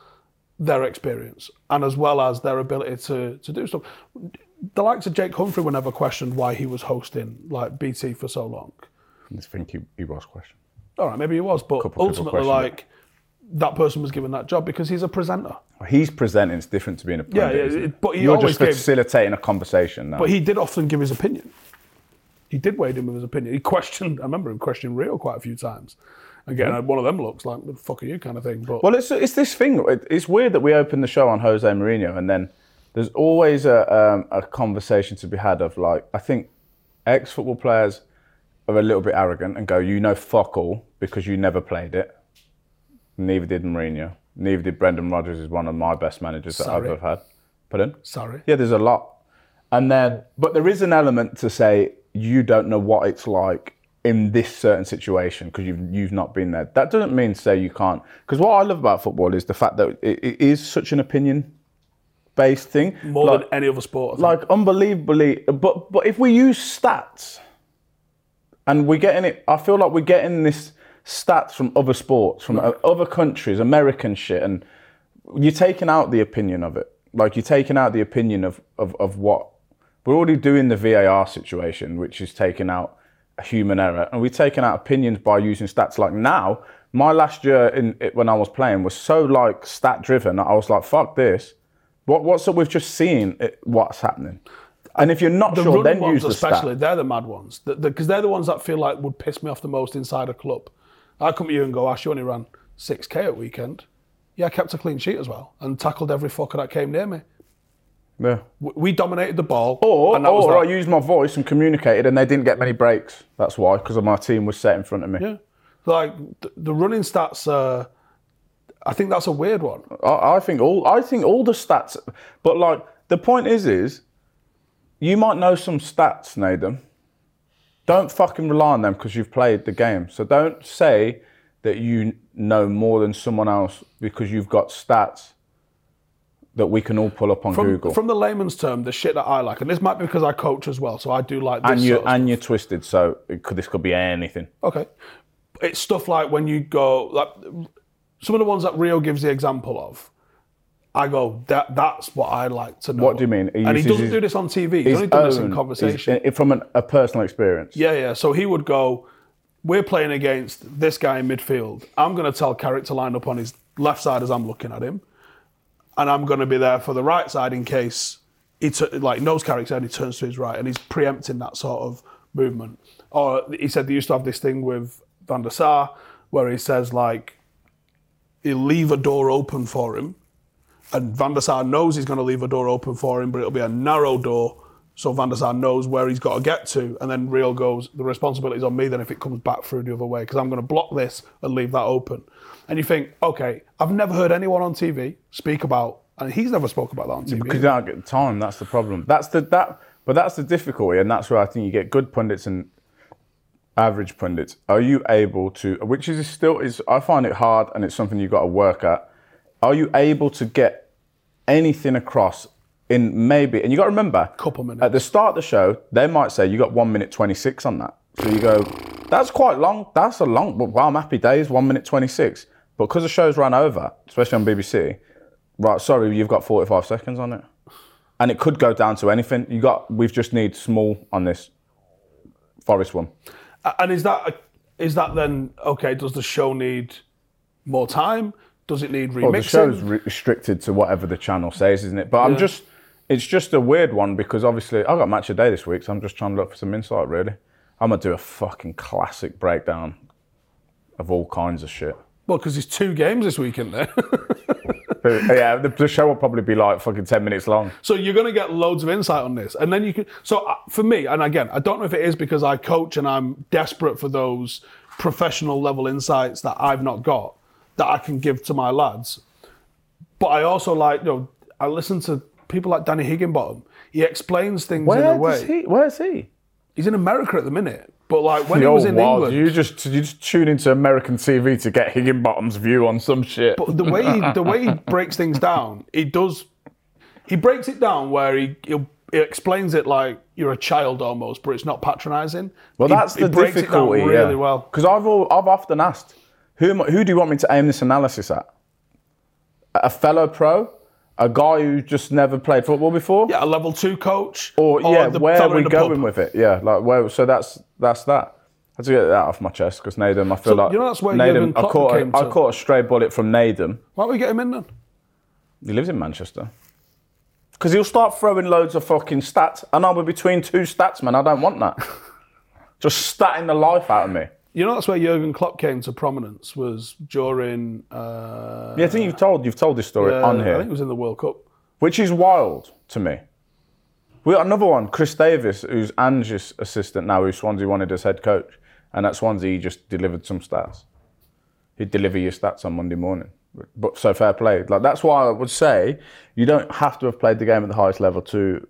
Speaker 1: their experience and as well as their ability to, to do stuff. The likes of Jake Humphrey were never questioned why he was hosting like BT for so long.
Speaker 2: I think he, he was questioned.
Speaker 1: All right, maybe he was, but
Speaker 2: Couple people
Speaker 1: ultimately,
Speaker 2: questioned
Speaker 1: like that person was given that job because he's a presenter.
Speaker 2: He's presenting. It's different to being a pundit.
Speaker 1: yeah,
Speaker 2: isn't
Speaker 1: it- but he
Speaker 2: you're
Speaker 1: always
Speaker 2: just
Speaker 1: gave-
Speaker 2: facilitating a conversation now.
Speaker 1: But he did often give his opinion. He did weigh in with his opinion. He questioned. I remember him questioning Rio quite a few times. Again,
Speaker 2: Hmm.
Speaker 1: had one of them looks like "What the fuck are you?" kind of thing. But
Speaker 2: Well, it's it's this thing. It- It's weird that we open the show on Jose Mourinho, and then there's always a um, a conversation to be had of like I think ex football players are a little bit arrogant and go, you know, fuck all because you never played it. Neither did Mourinho. Neither did Brendan Rodgers. Is one of my best managers that I've
Speaker 1: Sorry.
Speaker 2: ever had. Pardon?
Speaker 1: sorry,
Speaker 2: Yeah, there's a lot. And then, but there is an element to say you don't know what it's like in this certain situation because you've you've not been there. That doesn't mean say you can't. Because what I love about football is the fact that it, it is such an opinion based thing.
Speaker 1: more
Speaker 2: like,
Speaker 1: than any other sport. I think.
Speaker 2: like unbelievably, but but if we use stats, and we're getting it. I feel like we're getting this stats from other sports, from uh, other countries, American shit, and you're taking out the opinion of it. Like you're taking out the opinion of of, of what we're already doing the VAR situation, which is taking out a human error, and we're taking out opinions by using stats. Like now, my last year in it, when I was playing was so like stat driven. I was like, fuck this. What what's up with just seeing it, what's happening? And if you're not
Speaker 1: The
Speaker 2: sure,
Speaker 1: running
Speaker 2: then
Speaker 1: ones,
Speaker 2: use the stat.
Speaker 1: especially, they're the mad ones because they're the ones that feel like would piss me off the most inside a club. I come to you and go, Ash, you only ran 6k at weekend. Yeah, I kept a clean sheet as well and tackled every fucker that came near me.
Speaker 2: Yeah.
Speaker 1: We, we dominated the ball.
Speaker 2: Or,
Speaker 1: and that was
Speaker 2: or
Speaker 1: that.
Speaker 2: I used my voice and communicated, and they didn't get many breaks. That's why, because my team was set in front of me.
Speaker 1: Yeah. Like th- the running stats, uh, I think that's a weird one.
Speaker 2: I, I think all I think all the stats, but like the point is, is you might know some stats, Nadem. Don't fucking rely on them because you've played the game. So don't say that you know more than someone else because you've got stats that we can all pull up on
Speaker 1: From,
Speaker 2: Google.
Speaker 1: from the layman's term, the shit that I like, and this might be because I coach as well, so I do like this.
Speaker 2: and you
Speaker 1: sort of-
Speaker 2: and you're twisted, so it could, this could be anything.
Speaker 1: Okay. It's stuff like when you go like some of the ones that Rio gives the example of. I go that that's what I like to know.
Speaker 2: What do you mean? He
Speaker 1: and he
Speaker 2: uses
Speaker 1: doesn't
Speaker 2: his-
Speaker 1: do this on TV. He's
Speaker 2: His
Speaker 1: only done this in
Speaker 2: own-
Speaker 1: conversation.
Speaker 2: his- from an, a personal experience.
Speaker 1: Yeah, yeah. So he would go, We're playing against this guy in midfield. I'm going to tell Carrick to line up on his left side as I'm looking at him. And I'm going to be there for the right side in case he tu- like knows Carrick's head, he turns to his right and he's preempting that sort of movement. Or he said they used to have this thing with Van der Sar where he says, like, he'll leave a door open for him. And Van der Sar knows he's going to leave a door open for him, but it'll be a narrow door. So Van der Sar knows where he's got to get to. And then Real goes, the responsibility's on me then if it comes back through the other way, because I'm going to block this and leave that open. And you think, okay, I've never heard anyone on TV speak about, and he's never spoke about that on TV.
Speaker 2: because you don't get the time. That's the problem. That's the that, but that's the difficulty, and that's where I think you get good pundits and average pundits. Are you able to? Which is still is. I find it hard, and it's something you've got to work at. Are you able to get anything across in maybe? And you got to remember,
Speaker 1: Couple minutes.
Speaker 2: at the start of the show, they might say you got one minute twenty six on that. So you go, that's quite long. That's a long. But wow, I'm happy days. One minute twenty six. But because the show's run over, especially on BBC, right? Sorry, you've got forty five seconds on it. and it could go down to anything. You got we've just need small on this Forest one.
Speaker 1: A- And is that a, is that then okay? Does the show need more time? Does it need remixing?
Speaker 2: Well, Oh, the show's re- restricted to whatever the channel says, isn't it? But I'm just, it's just a weird one because obviously I got match a day this week, so I'm just trying to look for some insight. Really, I'm gonna do a fucking classic breakdown of all kinds of shit.
Speaker 1: Well, because there's two games this weekend there.
Speaker 2: But, uh, yeah, the, the show will probably be like fucking ten minutes long.
Speaker 1: so you're going to get loads of insight on this. And then you can. So uh, for me, and again, I don't know if it is because I coach and I'm desperate for those professional level insights that I've not got that I can give to my lads. But I also like, you know, I listen to people like Danny Higginbottom. He explains things in a way.
Speaker 2: does he? Where's he?
Speaker 1: He's in America at the minute. But like when
Speaker 2: (laughs) The
Speaker 1: he was
Speaker 2: old
Speaker 1: in
Speaker 2: wild.
Speaker 1: England.
Speaker 2: You just you just tune into American TV to get Higginbottom's view on some shit.
Speaker 1: the way
Speaker 2: (laughs)
Speaker 1: he, the way he breaks things down, he does. He breaks it down where he he'll, he explains it like you're a child almost, but it's not patronising.
Speaker 2: Well,
Speaker 1: He-
Speaker 2: that's
Speaker 1: he
Speaker 2: the
Speaker 1: breaks
Speaker 2: difficulty.
Speaker 1: It down really
Speaker 2: yeah.
Speaker 1: well.
Speaker 2: Because I've al- I've often asked, who am I- who do you want me to aim this analysis at? A fellow pro, a guy who just never played football before,
Speaker 1: Yeah, a level two coach.
Speaker 2: or, yeah, where are
Speaker 1: fella in
Speaker 2: we
Speaker 1: the
Speaker 2: going
Speaker 1: pub.
Speaker 2: with it? Yeah, like where. So that's that's that. I had to get that off my chest because Nadem, I feel like
Speaker 1: you know that's where Jurgen
Speaker 2: Nadem. I
Speaker 1: Klopp
Speaker 2: caught
Speaker 1: came
Speaker 2: a, I
Speaker 1: to.
Speaker 2: caught a stray bullet from Nadem.
Speaker 1: Why don't we get him in then?
Speaker 2: He lives in Manchester. Because he'll start throwing loads of fucking stats, and I'll be between two stats, man. I don't want that. (laughs) just statting the life out of me.
Speaker 1: You know, that's where Jurgen Klopp came to prominence was during. Uh,
Speaker 2: Yeah, I think you've told you've told this story
Speaker 1: uh,
Speaker 2: on
Speaker 1: I
Speaker 2: here,
Speaker 1: think it was in the World Cup.
Speaker 2: which is wild to me. We got another one, Chris Davis, who's Ange's assistant now, who Swansea wanted as head coach, and at Swansea he just delivered some stats. He'd deliver your stats on Monday morning, but so fair play. Like that's why I would say you don't have to have played the game at the highest level to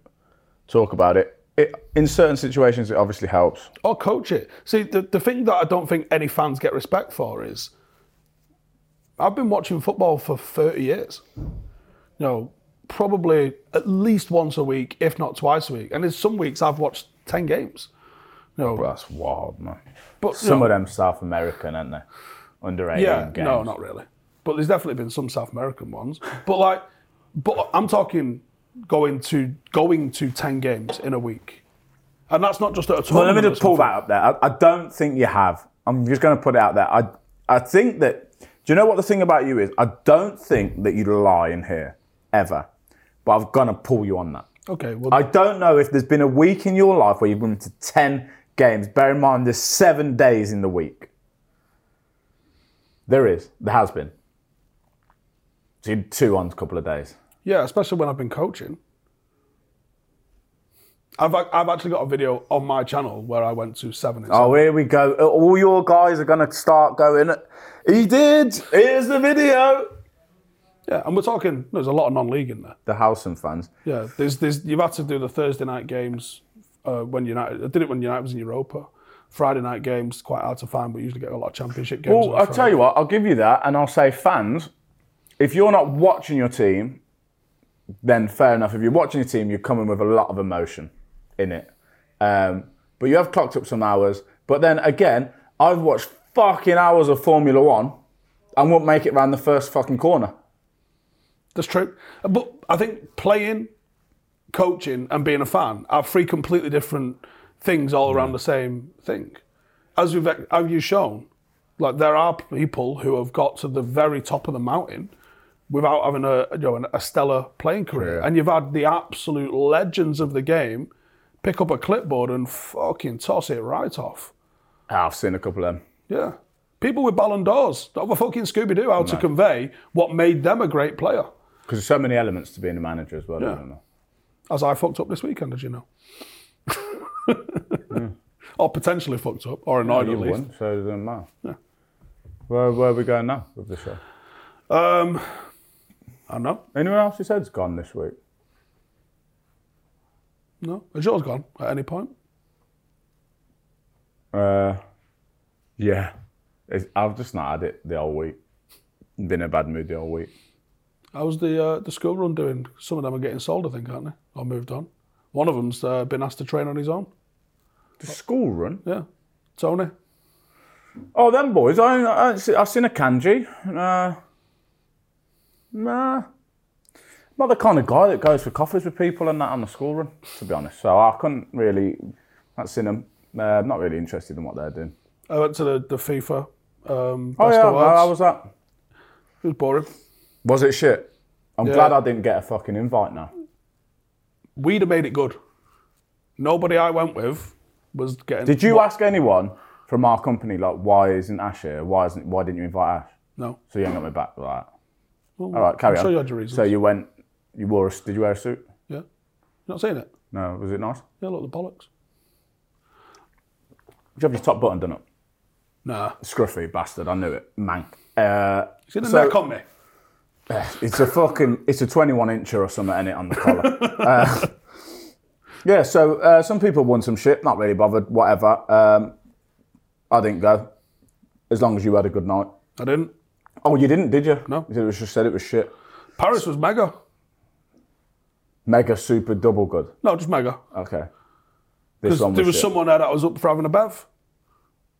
Speaker 2: talk about it. it in certain situations, it obviously helps.
Speaker 1: or coach it. See, the, the thing that I don't think any fans get respect for is I've been watching football for 30 years. You know, probably at least once a week, if not twice a week. And in some weeks, I've watched 10 games. You know,
Speaker 2: That's wild, man.
Speaker 1: but, you
Speaker 3: Some
Speaker 1: know,
Speaker 3: of them South American, aren't they? Under 18
Speaker 1: yeah,
Speaker 3: games.
Speaker 1: no, not really. But there's definitely been some South American ones. But like, but I'm talking going to going to 10 games in a week. And that's not just at a
Speaker 3: Well,
Speaker 1: tournament.
Speaker 3: let me just pull
Speaker 1: or something.
Speaker 3: that up there. I, I don't think you have. I'm just going to put it out there. I, I think that. Do you know what the thing about you is? I don't think that you lie in here ever, but I'm going to pull you on that.
Speaker 1: Okay, well,
Speaker 3: I don't know if there's been a week in your life where you've been to 10 games. Bear in mind, there's seven days in the week. There is. There has been. So you had two on a couple of days.
Speaker 1: Yeah, especially when I've been coaching. I've ac- I've actually got a video on my channel where I went to seven. And
Speaker 3: Oh, here we go. All your guys are going to start going, he did. Here's the video.
Speaker 1: Yeah, and we're talking. There's a lot of non-league in there.
Speaker 3: The Howson fans.
Speaker 1: Yeah, there's there's you've had to do the Thursday night games uh, when United. I did it when United was in Europa. Friday night games quite hard to find, but usually get a lot of Championship games.
Speaker 3: Well, I'll tell you what, I'll give you that, and I'll say, fans, if you're not watching your team, then fair enough. If you're watching your team, you're coming with a lot of emotion in it. Um, but you have clocked up some hours. But then again, I've watched fucking hours of Formula One and won't make it round the first fucking corner.
Speaker 1: That's true. But I think playing, coaching, and being a fan are three completely different things all around the same thing. As we've have you shown, like there are people who have got to the very top of the mountain without having a you know a stellar playing career, and you've had the absolute legends of the game pick up a clipboard and fucking toss it right off.
Speaker 3: Ah, I've seen a couple of them.
Speaker 1: Yeah. People with Ballon d'Ors don't have a fucking Scooby Doo how to convey what made them a great player.
Speaker 3: Because there's so many elements to being a manager as well. isn't there?
Speaker 1: as I fucked up this weekend, as you know.
Speaker 2: Hmm.
Speaker 1: (laughs) Or potentially fucked up, or annoyed
Speaker 3: You
Speaker 1: at least.
Speaker 3: won, so it doesn't matter. Where, where are we going now with the show?
Speaker 1: Um, I don't know.
Speaker 3: Anyone else who said's gone this week?
Speaker 1: No, has yours gone at any point?
Speaker 3: Uh, yeah. It's, I've just not had it the whole week. Been in a bad mood the whole week.
Speaker 1: How's the uh, the school run doing? Some of them are getting sold, I think, aren't they? Or moved on. One of them's uh, been asked to train on his own.
Speaker 3: The school run?
Speaker 1: Yeah, Tony.
Speaker 3: Oh, them boys. I, I, I've seen a kanji. Uh, nah.
Speaker 2: not the kind of guy that goes for coffees with people and that on the school run, to be honest. So I couldn't really. That's in them. Uh, I'm not really interested in what they're doing.
Speaker 1: I went to the, the FIFA. Um,
Speaker 2: Oh
Speaker 1: Best
Speaker 2: yeah,
Speaker 1: Awards.
Speaker 2: how was that?
Speaker 1: It was boring.
Speaker 2: Was it shit? I'm
Speaker 1: Yeah.
Speaker 2: glad I didn't get a fucking invite now.
Speaker 1: We'd have made it good. Nobody I went with was getting.
Speaker 2: Did you ask anyone from our company like why isn't Ash here? Why isn't why didn't you invite Ash?
Speaker 1: No.
Speaker 2: So you ain't got me back like that. All right, carry
Speaker 1: I'm
Speaker 2: on.
Speaker 1: sure you had your reasons.
Speaker 2: So you went. You wore a. Did you wear a suit?
Speaker 1: Yeah. You're not saying it?
Speaker 2: No. Was it nice?
Speaker 1: Yeah, look, the bollocks.
Speaker 2: Did you have your top button done up?
Speaker 1: Nah.
Speaker 2: Scruffy bastard. I knew it. Mank. Uh,
Speaker 1: See the
Speaker 2: So-
Speaker 1: neck on me?
Speaker 2: (laughs) It's a fucking, it's a 21 incher or something, in it, on the collar.
Speaker 1: (laughs)
Speaker 2: Uh, yeah, so uh, some people won some shit, not really bothered, whatever. Um, I didn't go, as long as you had a good night.
Speaker 1: I didn't.
Speaker 2: Oh, you didn't, did you?
Speaker 1: No.
Speaker 2: You said It was just said it was shit.
Speaker 1: Paris was mega.
Speaker 2: Mega, super, double good.
Speaker 1: No, just mega.
Speaker 2: Okay.
Speaker 1: Because
Speaker 2: This one was,
Speaker 1: there was
Speaker 2: shit.
Speaker 1: someone there that was up for having a bev,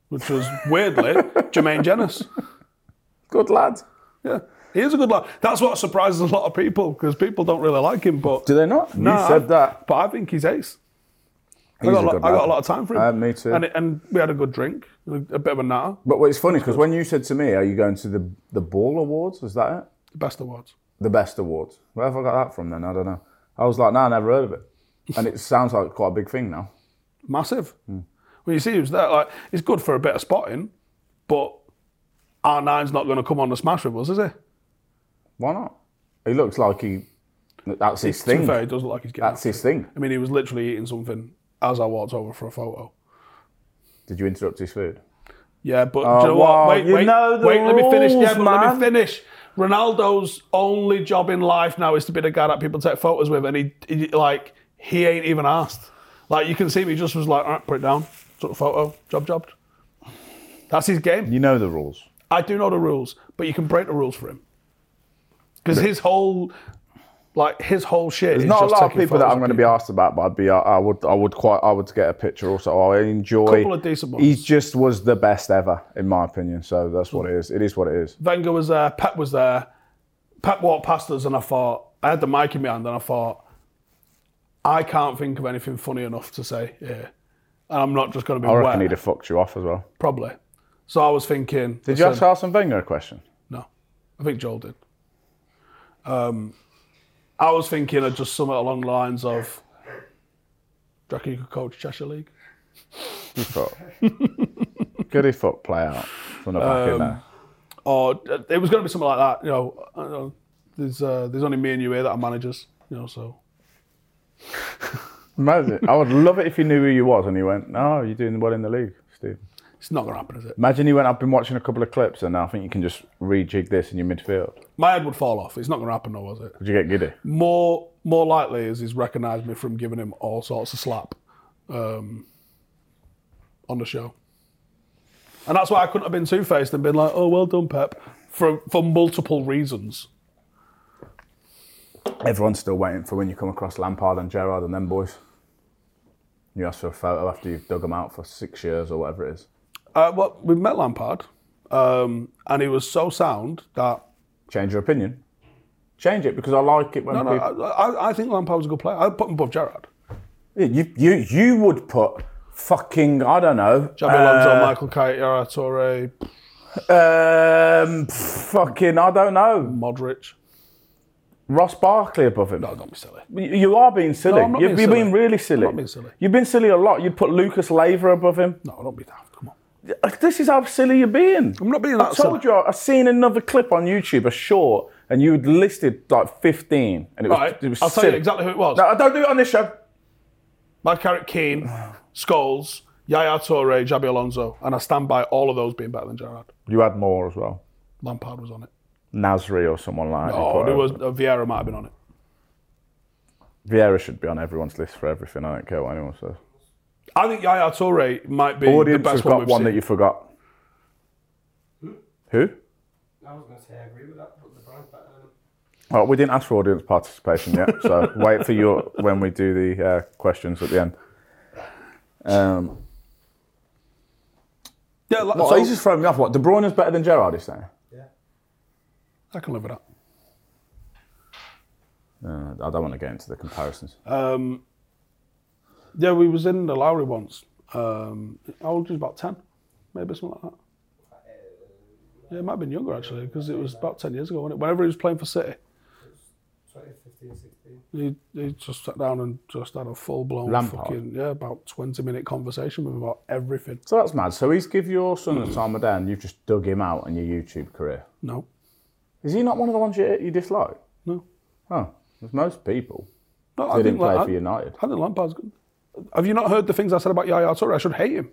Speaker 1: which was
Speaker 2: (laughs)
Speaker 1: weirdly Jermaine Jennis.
Speaker 2: Good lad.
Speaker 1: Yeah, he is a good lad. That's what surprises a lot of people because people don't really like him. But
Speaker 2: Do they not?
Speaker 1: Nah,
Speaker 2: you said that.
Speaker 1: But I think he's ace.
Speaker 2: He's
Speaker 1: I got, a
Speaker 2: a
Speaker 1: lot,
Speaker 2: good
Speaker 1: I got
Speaker 2: lad.
Speaker 1: a lot of time for him.
Speaker 2: Uh, me too.
Speaker 1: And, it, and we had a good drink, a a bit of a natter,
Speaker 2: But it's funny, because when you said to me, are you going to the, the Ball Awards? Is that it?
Speaker 1: the best awards.
Speaker 2: the best awards. Where have I got that from then? I don't know. I was like, no, I never heard of it. And it sounds like quite a big thing now.
Speaker 1: Massive.
Speaker 2: Hmm.
Speaker 1: When you see who's there, like it's good for a bit of spotting, but R9's not going to come on the smash with us, is he?
Speaker 2: Why not? He looks like he. That's his
Speaker 1: To be
Speaker 2: thing.
Speaker 1: fair, he does look like he's getting.
Speaker 2: That's his thing.
Speaker 1: I mean, he was literally eating something as I walked over for a photo.
Speaker 2: Did you interrupt his food?
Speaker 1: Yeah, but do you know
Speaker 2: well,
Speaker 1: what? Wait,
Speaker 2: Oh, you
Speaker 1: wait,
Speaker 2: know the
Speaker 1: wait. let me finish. Yeah,
Speaker 2: rules,
Speaker 1: but let
Speaker 2: man.
Speaker 1: me finish. Ronaldo's only job in life now is to be the guy that people take photos with, and he, he like he ain't even asked. Like you can see him, he just was like, all right, put it down, took a photo, job jobbed. That's his game.
Speaker 2: You know the rules.
Speaker 1: I do know the rules, but you can break the rules for him because his whole, like his whole shit.
Speaker 2: There's
Speaker 1: is
Speaker 2: not a
Speaker 1: just
Speaker 2: lot of
Speaker 1: taking
Speaker 2: people that
Speaker 1: photos
Speaker 2: I'm going to
Speaker 1: of
Speaker 2: be asked about, but I'd be. I, I would. I would quite. I would get a picture. Also, I enjoy.
Speaker 1: Couple of decent ones.
Speaker 2: He just was the best ever, in my opinion. So that's what it is. It is what it is.
Speaker 1: Wenger was there, Pep was there. Pep walked past us, and I thought, I had the mic in my hand, and I thought, I can't think of anything funny enough to say here. And I'm not just going to be
Speaker 2: I reckon
Speaker 1: wet,
Speaker 2: he'd have fucked you off as well.
Speaker 1: probably. So I was thinking,
Speaker 2: Did you ask Arsene Wenger a question?
Speaker 1: no, I think Joel did. Um, I was thinking of just something along the lines of, do you reckon you could coach Cheshire League? (laughs)
Speaker 2: He fuck. Goody fuck play out from the back
Speaker 1: Um,
Speaker 2: in there.
Speaker 1: or uh, it was going to be something like that. You know, I don't know there's uh, there's only me and you here that are managers. You know, so
Speaker 2: Imagine, I would love it if you knew who you was and he went, "No, you're doing well in the league, Steve."
Speaker 1: it's not going to happen, is it?
Speaker 2: Imagine he went, "I've been watching a couple of clips, and I think you can just rejig this in your midfield."
Speaker 1: My head would fall off. It's not going to happen, though, was it?
Speaker 2: Would you get giddy?
Speaker 1: More more likely is he's recognised me from giving him all sorts of slap um, on the show, and that's why I couldn't have been two faced and been like, "Oh, well done, Pep," for for multiple reasons.
Speaker 2: Everyone's still waiting for when you come across Lampard and Gerrard and them boys. You ask for a photo after you've dug them out for six years or whatever it is.
Speaker 1: Uh, well, we met Lampard, um, and he was so sound that
Speaker 2: Change your opinion. Change it because I like it when
Speaker 1: no, no,
Speaker 2: people.
Speaker 1: I, I- I think Lampard was a good player. I'd put him above Gerrard.
Speaker 2: You, you, you would put fucking I don't know.
Speaker 1: Javi Alonso, Michael Kite, Yara Torre,
Speaker 2: uh, um, fucking I don't know.
Speaker 1: Modric.
Speaker 2: Ross Barkley above him.
Speaker 1: Oh, don't be silly.
Speaker 2: You- You are being silly.
Speaker 1: No, I'm not
Speaker 2: You've
Speaker 1: being
Speaker 2: you've
Speaker 1: silly.
Speaker 2: been really silly.
Speaker 1: I'm not being silly.
Speaker 2: You've been silly a lot. You'd put Lucas Laver above him.
Speaker 1: No, don't be daft. Come on.
Speaker 2: This is how silly you're being.
Speaker 1: I'm not being
Speaker 2: I
Speaker 1: that
Speaker 2: told you. I've seen another clip on YouTube, a short, and you had listed like 15, and it was.
Speaker 1: All right,
Speaker 2: it was
Speaker 1: I'll tell
Speaker 2: silly.
Speaker 1: you exactly who it was.
Speaker 2: No, I don't do it on this show.
Speaker 1: Mad Carrot Keane, Scholes, Yaya Torre, Jabi Alonso, and I stand by all of those being better than Gerrard.
Speaker 2: You had more as well.
Speaker 1: Lampard was on it.
Speaker 2: Nasri or someone like. that. you
Speaker 1: Oh,
Speaker 2: put
Speaker 1: there
Speaker 2: over.
Speaker 1: was uh, Vieira might have been on it.
Speaker 2: Vieira should be on everyone's list for everything. I don't care what anyone says.
Speaker 1: I think Yaya Torre might be the
Speaker 2: Audience
Speaker 1: best
Speaker 2: has
Speaker 1: one
Speaker 2: got
Speaker 1: we've
Speaker 2: one that
Speaker 1: seen.
Speaker 2: you forgot. Who?
Speaker 4: I was going to say I agree with that, but the Brian's better than him.
Speaker 2: Well, we didn't ask for audience participation yet,
Speaker 1: (laughs)
Speaker 2: so wait for your when we do the uh, questions at the end. Um,
Speaker 1: yeah, like,
Speaker 2: so,
Speaker 1: so-
Speaker 2: he's just throwing me off. What De Bruyne is better than Gerrard? He's saying.
Speaker 4: Yeah.
Speaker 1: I can live with that.
Speaker 2: Uh, I don't want to get into the comparisons.
Speaker 1: Um, yeah, we was in the Lowry once. Um, how old was he? about ten, maybe something like that. Yeah, it might have been younger actually because it was about ten years ago. Wasn't it? Whenever he was playing for City,
Speaker 5: 2015, 16.
Speaker 1: he, he just sat down and just had a full blown
Speaker 2: Lampard.
Speaker 1: fucking yeah, about twenty minute conversation with him about everything.
Speaker 2: So that's mad. So he's give your son the time of day, and you've just dug him out in your YouTube career.
Speaker 1: No,
Speaker 2: Is he not one of the ones you, you dislike?
Speaker 1: no,
Speaker 2: Oh, there's most people.
Speaker 1: no.
Speaker 2: They didn't play
Speaker 1: Lam-
Speaker 2: for United.
Speaker 1: I think Lampard's good. Have you not heard the things I said about Yaya Toure? I should hate him.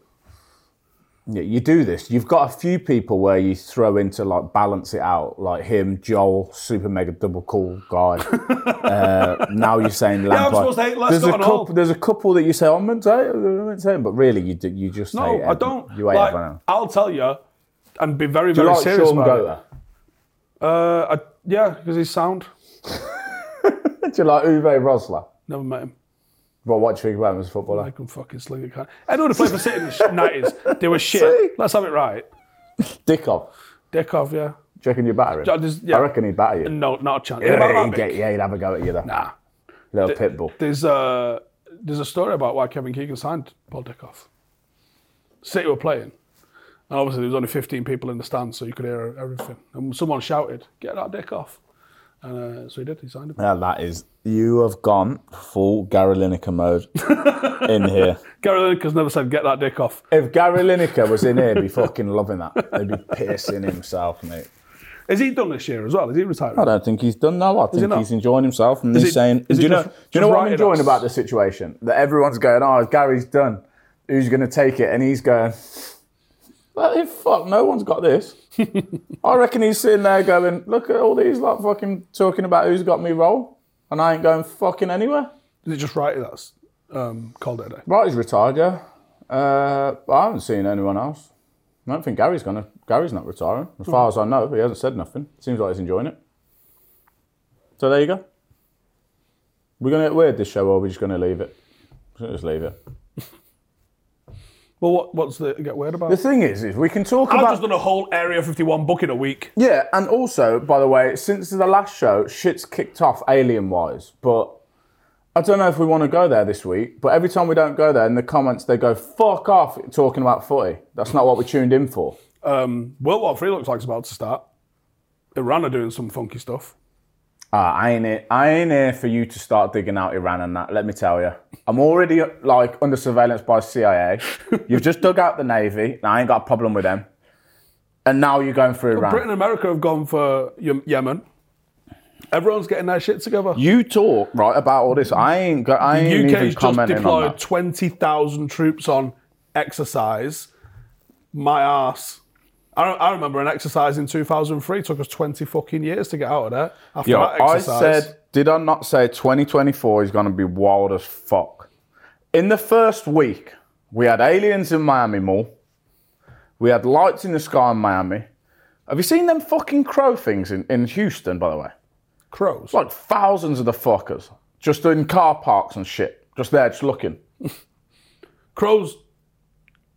Speaker 2: Yeah, you do this. You've got a few people where you throw into like balance it out, like him, Joel, super mega double cool (laughs) guy. uh, now you're saying Lampard.
Speaker 1: supposed to hate Leicester
Speaker 2: there's a
Speaker 1: and
Speaker 2: couple.
Speaker 1: all.
Speaker 2: There's a couple that you say "Oh, I'm meant to hate, I'm meant to hate him, but really you do, you just
Speaker 1: No,
Speaker 2: hate.
Speaker 1: I
Speaker 2: ev-
Speaker 1: don't.
Speaker 2: Oh, You hate
Speaker 1: like,
Speaker 2: everyone.
Speaker 1: I'll tell you, and be very,
Speaker 2: You
Speaker 1: very
Speaker 2: like
Speaker 1: serious
Speaker 2: Sean
Speaker 1: about it.
Speaker 2: Goater?
Speaker 1: Uh, I, yeah, because he's sound.
Speaker 2: Do you like Uwe Rosler?
Speaker 1: Never met him.
Speaker 2: Well, what do you think about him as a footballer?
Speaker 1: I can fucking sling a can. Anyone who played for City in the nineties, they
Speaker 2: (laughs)
Speaker 1: were shit.
Speaker 2: See?
Speaker 1: Let's have it right.
Speaker 2: Dick off.
Speaker 1: Dick off, yeah.
Speaker 2: Do you reckon you batter him?
Speaker 1: I just- yeah.
Speaker 2: I reckon he'd batter you.
Speaker 1: No, not a chance.
Speaker 2: Yeah,
Speaker 1: About
Speaker 2: he'd,
Speaker 1: that
Speaker 2: get,
Speaker 1: big.
Speaker 2: yeah, he'd have a go at you though.
Speaker 1: Nah.
Speaker 2: Little pit bull.
Speaker 1: There's a there's a story about why Kevin Keegan signed Paul Dickoff. City were playing, and obviously there was only 15 people in the stands, so you could hear everything. And someone shouted, "Get that dick off!" And uh, so he did. He signed him.
Speaker 2: Now that is, you have gone full Gary
Speaker 1: (laughs)
Speaker 2: Lineker mode in here.
Speaker 1: Gary Lineker's never said, "Get that dick off."
Speaker 2: If Gary Lineker was in here, he'd be fucking loving that. He'd be piercing himself, mate.
Speaker 1: Is he done this year as well? Is he retiring?
Speaker 2: I don't think he's done now. I think
Speaker 1: not?
Speaker 2: he's enjoying himself and
Speaker 1: Is
Speaker 2: he's
Speaker 1: it-
Speaker 2: saying,
Speaker 1: is it
Speaker 2: do you, know,
Speaker 1: just-
Speaker 2: do you know
Speaker 1: just
Speaker 2: what I'm
Speaker 1: writing us?
Speaker 2: enjoying about the situation? That everyone's going, oh, Gary's done. Who's going to take it? And he's going, well, if fuck, no one's
Speaker 1: (laughs)
Speaker 2: got this. I reckon he's sitting there going, look at all these like fucking talking about who's got me role and I ain't going fucking anywhere.
Speaker 1: Is it just right that's um, called it a day?
Speaker 2: Right, he's retired, yeah. Uh, but I haven't seen anyone else. I don't think Gary's gonna. Gary's not retiring, as far as I know. He hasn't said nothing. Seems like he's enjoying it. So there you go. We're gonna get weird this show, or we're just gonna leave it. We're gonna Just leave it.
Speaker 1: Well, what, what's the get weird about?
Speaker 2: The thing is, is we can talk
Speaker 1: I've
Speaker 2: about.
Speaker 1: just done a whole Area 51 book in a week.
Speaker 2: Yeah, and also, by the way, since the last show, shit's kicked off alien wise, but I don't know if we want to go there this week. But every time we don't go there, in the comments, they go, fuck off talking about footy. That's not what we tuned in for.
Speaker 1: Um, World War Three looks like it's about to start. Iran are doing some funky stuff.
Speaker 2: Ah, I ain't here, I ain't here for you to start digging out Iran and that. Let me tell you, I'm already like under surveillance
Speaker 1: (laughs)
Speaker 2: by CIA. You've just dug out the navy, and I ain't got a problem with them. And now you're going for Iran.
Speaker 1: Britain and America have gone for Ye- Yemen. Everyone's getting their shit together.
Speaker 2: you talk right about all this. I ain't. Go, I ain't even
Speaker 1: UK's just
Speaker 2: commenting on
Speaker 1: deployed
Speaker 2: that.
Speaker 1: 20,000 troops on exercise. My arse. I, I remember an exercise in 2003 took us 20 fucking years to get out of there. After
Speaker 2: Yo,
Speaker 1: that
Speaker 2: I
Speaker 1: exercise.
Speaker 2: said, did I not say 2024 is going to be wild as fuck? In the first week, we had aliens in Miami Mall. We had lights in the sky in Miami. Have you seen them fucking crow things in, in Houston, by the way?
Speaker 1: crows.
Speaker 2: Like thousands of the fuckers just in car parks and shit. Just there, just looking.
Speaker 1: Crows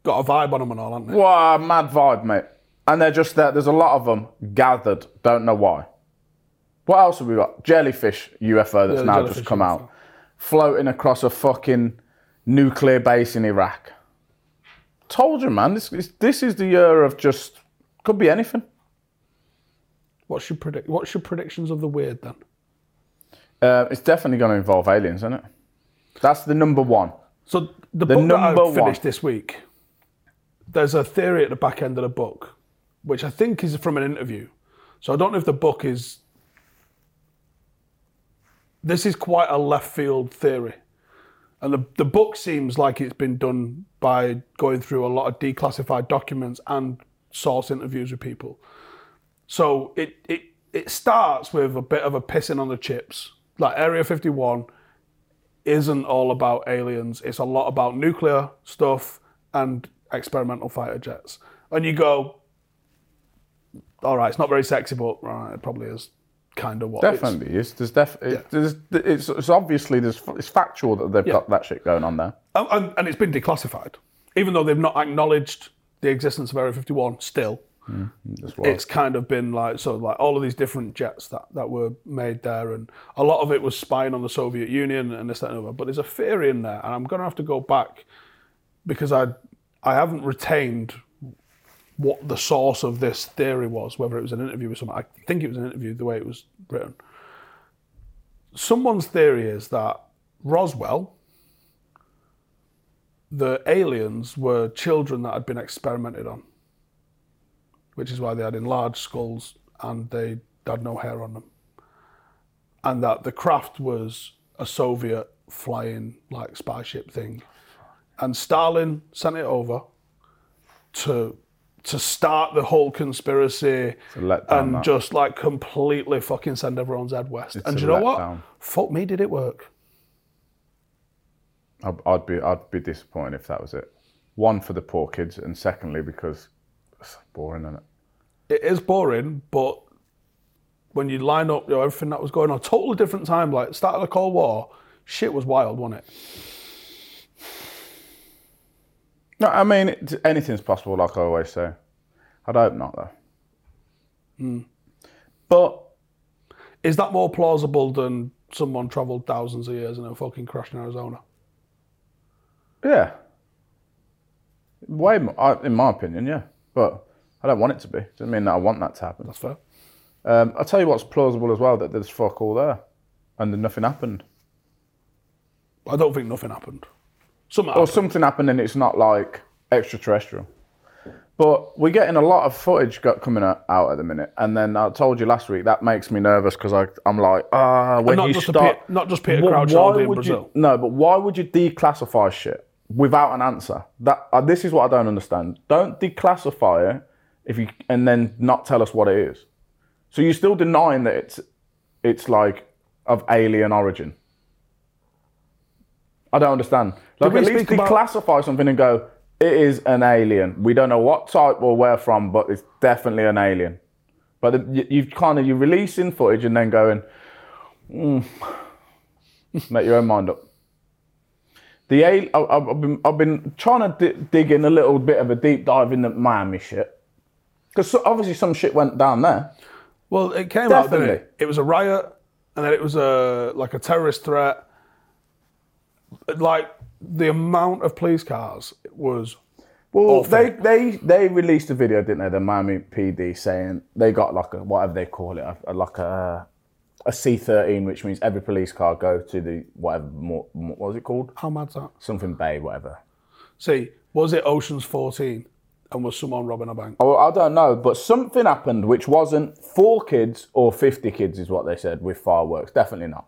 Speaker 1: got a vibe on them and all, haven't they?
Speaker 2: Wow, mad vibe, mate. And they're just there. There's a lot of them gathered. Don't know why. What else have we got? Jellyfish UFO that's
Speaker 1: the
Speaker 2: now
Speaker 1: jellyfish
Speaker 2: just come
Speaker 1: UFO.
Speaker 2: out, floating across a fucking nuclear base in Iraq. Told you, man. This this, this is the year of just could be anything.
Speaker 1: What's your, predict- what's your predictions of the weird then?
Speaker 2: Uh, it's definitely going to involve aliens, isn't it? That's the number one.
Speaker 1: So the, book that
Speaker 2: number
Speaker 1: I finished
Speaker 2: one.
Speaker 1: this week, there's a theory at the back end of the book, which I think is from an interview. So I don't know if the book is. This is quite a left field theory. And the, the book seems like it's been done by going through a lot of declassified documents and source interviews with people. So it, it, it starts with a bit of a pissing on the chips. Like Area 51 isn't all about aliens. It's a lot about nuclear stuff and experimental fighter jets. And you go, all right, it's not very sexy, but right, it probably is kind of what it is."
Speaker 2: Definitely, it's there's def, it, there's, it's, it's obviously there's it's factual that they've got that shit going on there.
Speaker 1: And, and, and it's been declassified, even though they've not acknowledged the existence of Area 51 still.
Speaker 2: That's why.
Speaker 1: it's kind of been like so like all of these different jets that, that were made there and a lot of it was spying on the Soviet Union and this that and the other. But there's a theory in there and I'm gonna have to go back because I I haven't retained what the source of this theory was, whether it was an interview or something. I think it was an interview the way it was written. Someone's theory is that Roswell the aliens were children that had been experimented on which is why they had enlarged skulls and they had no hair on them. And that the craft was a Soviet flying like spy ship thing. And Stalin sent it over to to start the whole conspiracy
Speaker 2: let down
Speaker 1: and
Speaker 2: that.
Speaker 1: just like completely fucking send everyone's head west. and
Speaker 2: a
Speaker 1: do you know what?
Speaker 2: letdown.
Speaker 1: Fuck me, did it work?
Speaker 2: I'd, I'd be I'd be disappointed if that was it. One for the poor kids, and secondly because it's boring, isn't it?
Speaker 1: it is boring, but when you line up you know, everything that was going on, totally different time, like start of the Cold War, shit was wild, wasn't it?
Speaker 2: No, I mean it, anything's possible, like I always say. I'd hope not though. But
Speaker 1: Is that more plausible than someone travelled thousands of years and then fucking crashed in Arizona?
Speaker 2: yeah, way more, I, in my opinion, yeah. But I don't want it to be. Doesn't mean that I want that to happen.
Speaker 1: That's fair.
Speaker 2: Um, I'll tell you what's plausible as well that there's fuck all there, and then nothing happened.
Speaker 1: I don't think nothing happened. Something
Speaker 2: or
Speaker 1: happened.
Speaker 2: something happened and it's not like extraterrestrial. But we're getting a lot of footage got coming o- out at the minute, and then I told you last week that makes me nervous because I I'm like ah when
Speaker 1: not
Speaker 2: you
Speaker 1: just a
Speaker 2: start
Speaker 1: Pe- not just Peter
Speaker 2: Well,
Speaker 1: Crouch
Speaker 2: why
Speaker 1: all day in
Speaker 2: would you-
Speaker 1: Brazil.
Speaker 2: no, but why would you declassify shit without an answer? That uh, this is what I don't understand. Don't declassify it if you and then not tell us what it is. So you're still denying that it's it's like of alien origin. I don't understand. Like
Speaker 1: we
Speaker 2: at least
Speaker 1: speak about-
Speaker 2: declassify something and go, it is an alien. We don't know what type or where from, but it's definitely an alien. But the- you, you've kind of you're releasing footage and then going, mm. (laughs) make your own mind up. The al- I- I've I've been I've been trying to di- dig in a little bit of a deep dive in the Miami shit because obviously some shit went down there.
Speaker 1: Well, it came out, didn't
Speaker 2: Definitely.
Speaker 1: it? It was a riot, and then it was a like a terrorist threat. Like the amount of police cars was
Speaker 2: Well,
Speaker 1: Awful.
Speaker 2: they, they they released a video, didn't they? The Miami PD saying they got like a whatever they call it, a, a- like a a C thirteen, which means every police car go to the whatever. More, more, what was it called?
Speaker 1: how mad's that?
Speaker 2: Something Bay, whatever.
Speaker 1: See, was it Ocean's 14 and was someone robbing a bank?
Speaker 2: Oh, I don't know, but something happened which wasn't four kids or fifty kids, is what they said with fireworks. Definitely not.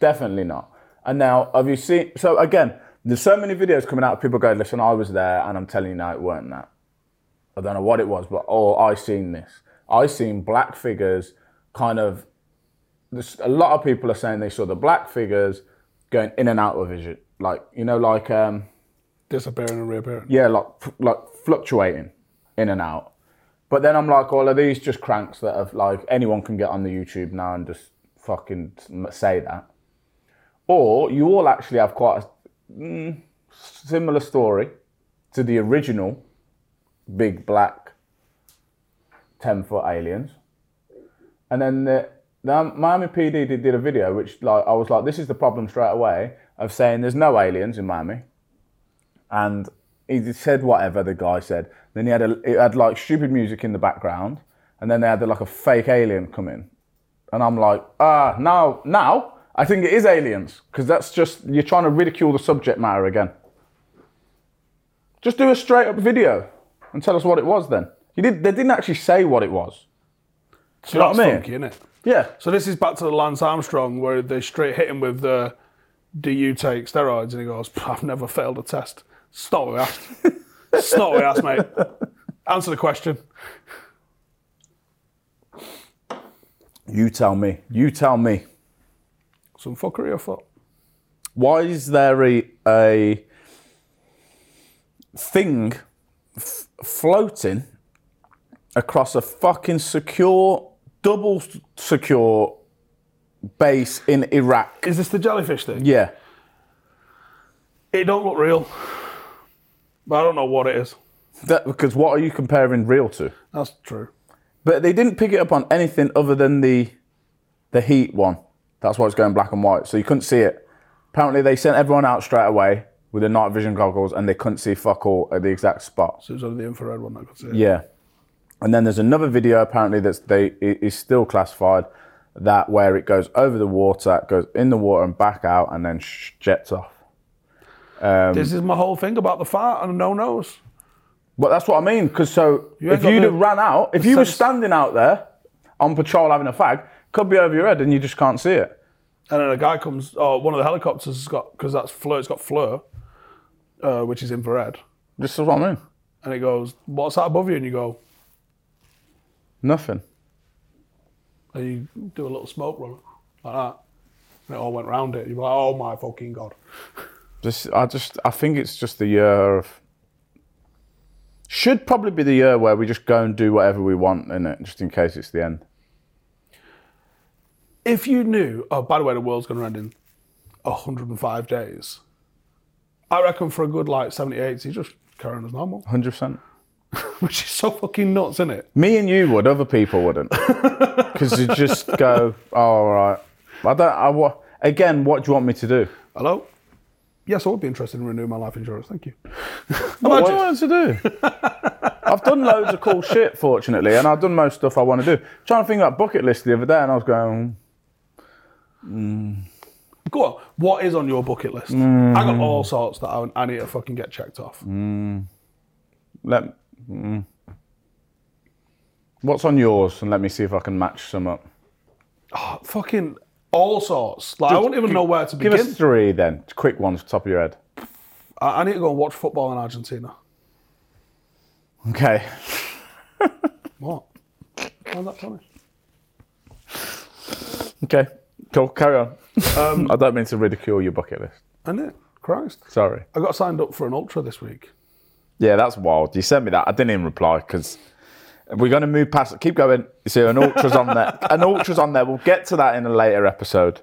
Speaker 2: Definitely not. And now, have you seen? So again, there's so many videos coming out. of People go, "Listen, I was there, and I'm telling you, no, it weren't that." I don't know what it was, but oh, I seen this. I seen black figures, kind of. This, a lot of people are saying they saw the black figures going in and out of vision, like you know, like um,
Speaker 1: Disappearing and reappearing.
Speaker 2: yeah, like f- like fluctuating in and out. But then I'm like, well, are these just cranks that have like anyone can get on the YouTube now and just fucking m- say that? Or you all actually have quite a mm, similar story to the original big black ten foot aliens, and then the, the Miami PD did, did a video which like I was like, this is the problem straight away of saying there's no aliens in Miami and he just said whatever the guy said. Then he had a, it had like stupid music in the background, and then they had like a fake alien come in, and I'm like, ah, now, now I think it is aliens because that's just you're trying to ridicule the subject matter again. Just do a straight up video and tell us what it was. Then you did. They didn't actually say what it was.
Speaker 1: So
Speaker 2: You know what
Speaker 1: that's
Speaker 2: I mean?
Speaker 1: funky, innit?
Speaker 2: Yeah,
Speaker 1: So this is back to the Lance Armstrong where they straight hit him with the do you take steroids? And he goes, I've never failed a test. It's not what we asked. it's not what we
Speaker 2: (laughs)
Speaker 1: asked, mate. Answer the question.
Speaker 2: you tell me. You tell me.
Speaker 1: Some fuckery or fuck?
Speaker 2: why is there a, a thing f- floating across a fucking secure, double s- secure base in Iraq?
Speaker 1: Is this the jellyfish thing?
Speaker 2: Yeah.
Speaker 1: It don't look real. But I don't know what it is.
Speaker 2: That, because what are you comparing real to?
Speaker 1: That's true.
Speaker 2: But they didn't pick it up on anything other than the the heat one. That's why it's going black and white. So you couldn't see it. Apparently they sent everyone out straight away with the night vision goggles and they couldn't see fuck all at the exact spot.
Speaker 1: So it was only the infrared one that could see it.
Speaker 2: Yeah. And then there's another video apparently that's they it is still classified that where it goes over the water, it goes in the water and back out and then sh- jets off. um,
Speaker 1: this is my whole thing about the fart and no nose.
Speaker 2: But that's what I mean. Because so
Speaker 1: ain't
Speaker 2: if
Speaker 1: got
Speaker 2: you'd
Speaker 1: no-
Speaker 2: have ran out, if you were
Speaker 1: sense-
Speaker 2: standing out there on patrol having a fag, could be over your head and you just can't see it.
Speaker 1: And then a guy comes, oh, one of the helicopters has got, because that's FLIR, it's got FLIR, uh, which is infrared.
Speaker 2: This is what I mean.
Speaker 1: And it goes, what's that above you? And you go,
Speaker 2: Nothing.
Speaker 1: and you do a little smoke run like that. And it all went round it. You're like, oh my fucking God.
Speaker 2: This I just I think it's just the year of. Should probably be the year where we just go and do whatever we want in it, just in case it's the end.
Speaker 1: If you knew, oh, by the way, the world's going to end in 105 days, I reckon for a good like 70, 80, you just carry on as normal, (laughs)
Speaker 2: Hundred percent.
Speaker 1: which is so fucking nuts, isn't it?
Speaker 2: Me and you would. Other people (laughs) wouldn't, because you just go. Oh, all right. I don't. I what? Again, what do you want me to do?
Speaker 1: Hello? Yes, I would be interested in renewing my life insurance. Thank you. (laughs)
Speaker 2: What do you want to do? I've done loads of cool shit, fortunately, and I've done most stuff I want to do. Trying to think about bucket list the other day, and I was going,
Speaker 1: Go on. What is on your bucket list? I
Speaker 2: Mm.
Speaker 1: got all sorts that I, I need to fucking get checked off.
Speaker 2: "Let mm. what's on yours, and let me see if I can match some up."
Speaker 1: Fucking all sorts. Like I won't even know where to
Speaker 2: Give
Speaker 1: begin.
Speaker 2: us three then, quick ones, top of your head.
Speaker 1: I, I need to go and watch football in Argentina.
Speaker 2: Okay.
Speaker 1: What? How's that funny?
Speaker 2: Okay. Cool. Carry (laughs) on. Um, I don't mean to ridicule your bucket list.
Speaker 1: Isn't it? Christ.
Speaker 2: Sorry.
Speaker 1: I got signed up for an ultra this week.
Speaker 2: Yeah, that's wild. You sent me that. I didn't even reply because we're going to move past. Keep going. You see, an ultra's on (laughs) there. An ultra's on there. We'll get to that in a later episode.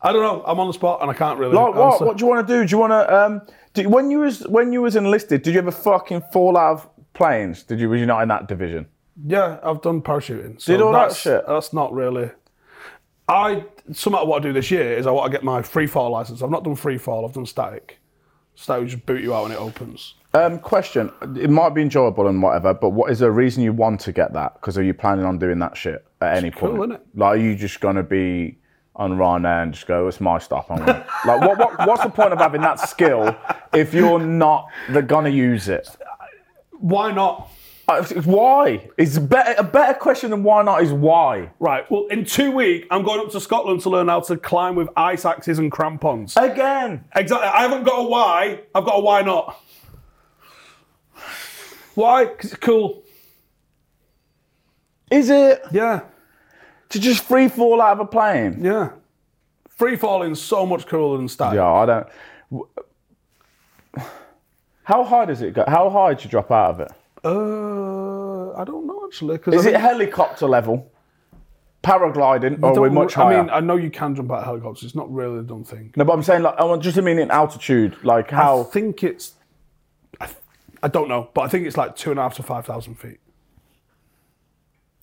Speaker 1: I don't know. I'm on the spot and I can't really.
Speaker 2: Like what?
Speaker 1: answer.
Speaker 2: What do you want to do? Do you want to? Um, do, when you was when you was enlisted, did you ever fucking fall out of planes? Did you? Was you not in that division?
Speaker 1: Yeah, I've done parachuting. So
Speaker 2: Did all that
Speaker 1: that's-
Speaker 2: shit?
Speaker 1: That's not really. I something I want to do this year is I want to get my free fall license. I've not done free fall. I've done static. Static would just boot you out when it opens.
Speaker 2: Um, question. It might be enjoyable and whatever, but what is there a reason you want to get that? Because are you planning on doing that shit at any point?
Speaker 1: cool, innit?
Speaker 2: Like, are you just gonna be on Ryanair and just go, "It's my stuff." I'm gonna-" (laughs) like, what, what, what's the point of having that skill if you're not the gonna use it?
Speaker 1: Why not?
Speaker 2: Uh, Why? It's better. A better question than why not is why.
Speaker 1: Right. Well, in two weeks, I'm going up to Scotland to learn how to climb with ice axes and crampons.
Speaker 2: Again.
Speaker 1: Exactly. I haven't got a why. I've got a why not. Why? 'Cause it's cool.
Speaker 2: Is it
Speaker 1: Yeah.
Speaker 2: to just free fall out of a plane?
Speaker 1: Yeah. Free falling's so much cooler than static.
Speaker 2: Yeah, I don't. w- (sighs) How high does it go? How high do you drop out of it?
Speaker 1: Uh, I don't know actually. Cause
Speaker 2: Is
Speaker 1: I
Speaker 2: it
Speaker 1: think-
Speaker 2: helicopter level? Paragliding, or are
Speaker 1: Don't
Speaker 2: we much
Speaker 1: re-
Speaker 2: higher?
Speaker 1: I mean, I know you can jump out of helicopters. It's not really a dumb thing.
Speaker 2: no, but I'm saying like I want- just I mean in altitude, like
Speaker 1: I
Speaker 2: how
Speaker 1: think it's. I, th- I don't know, but I think it's like two and a half to five thousand feet.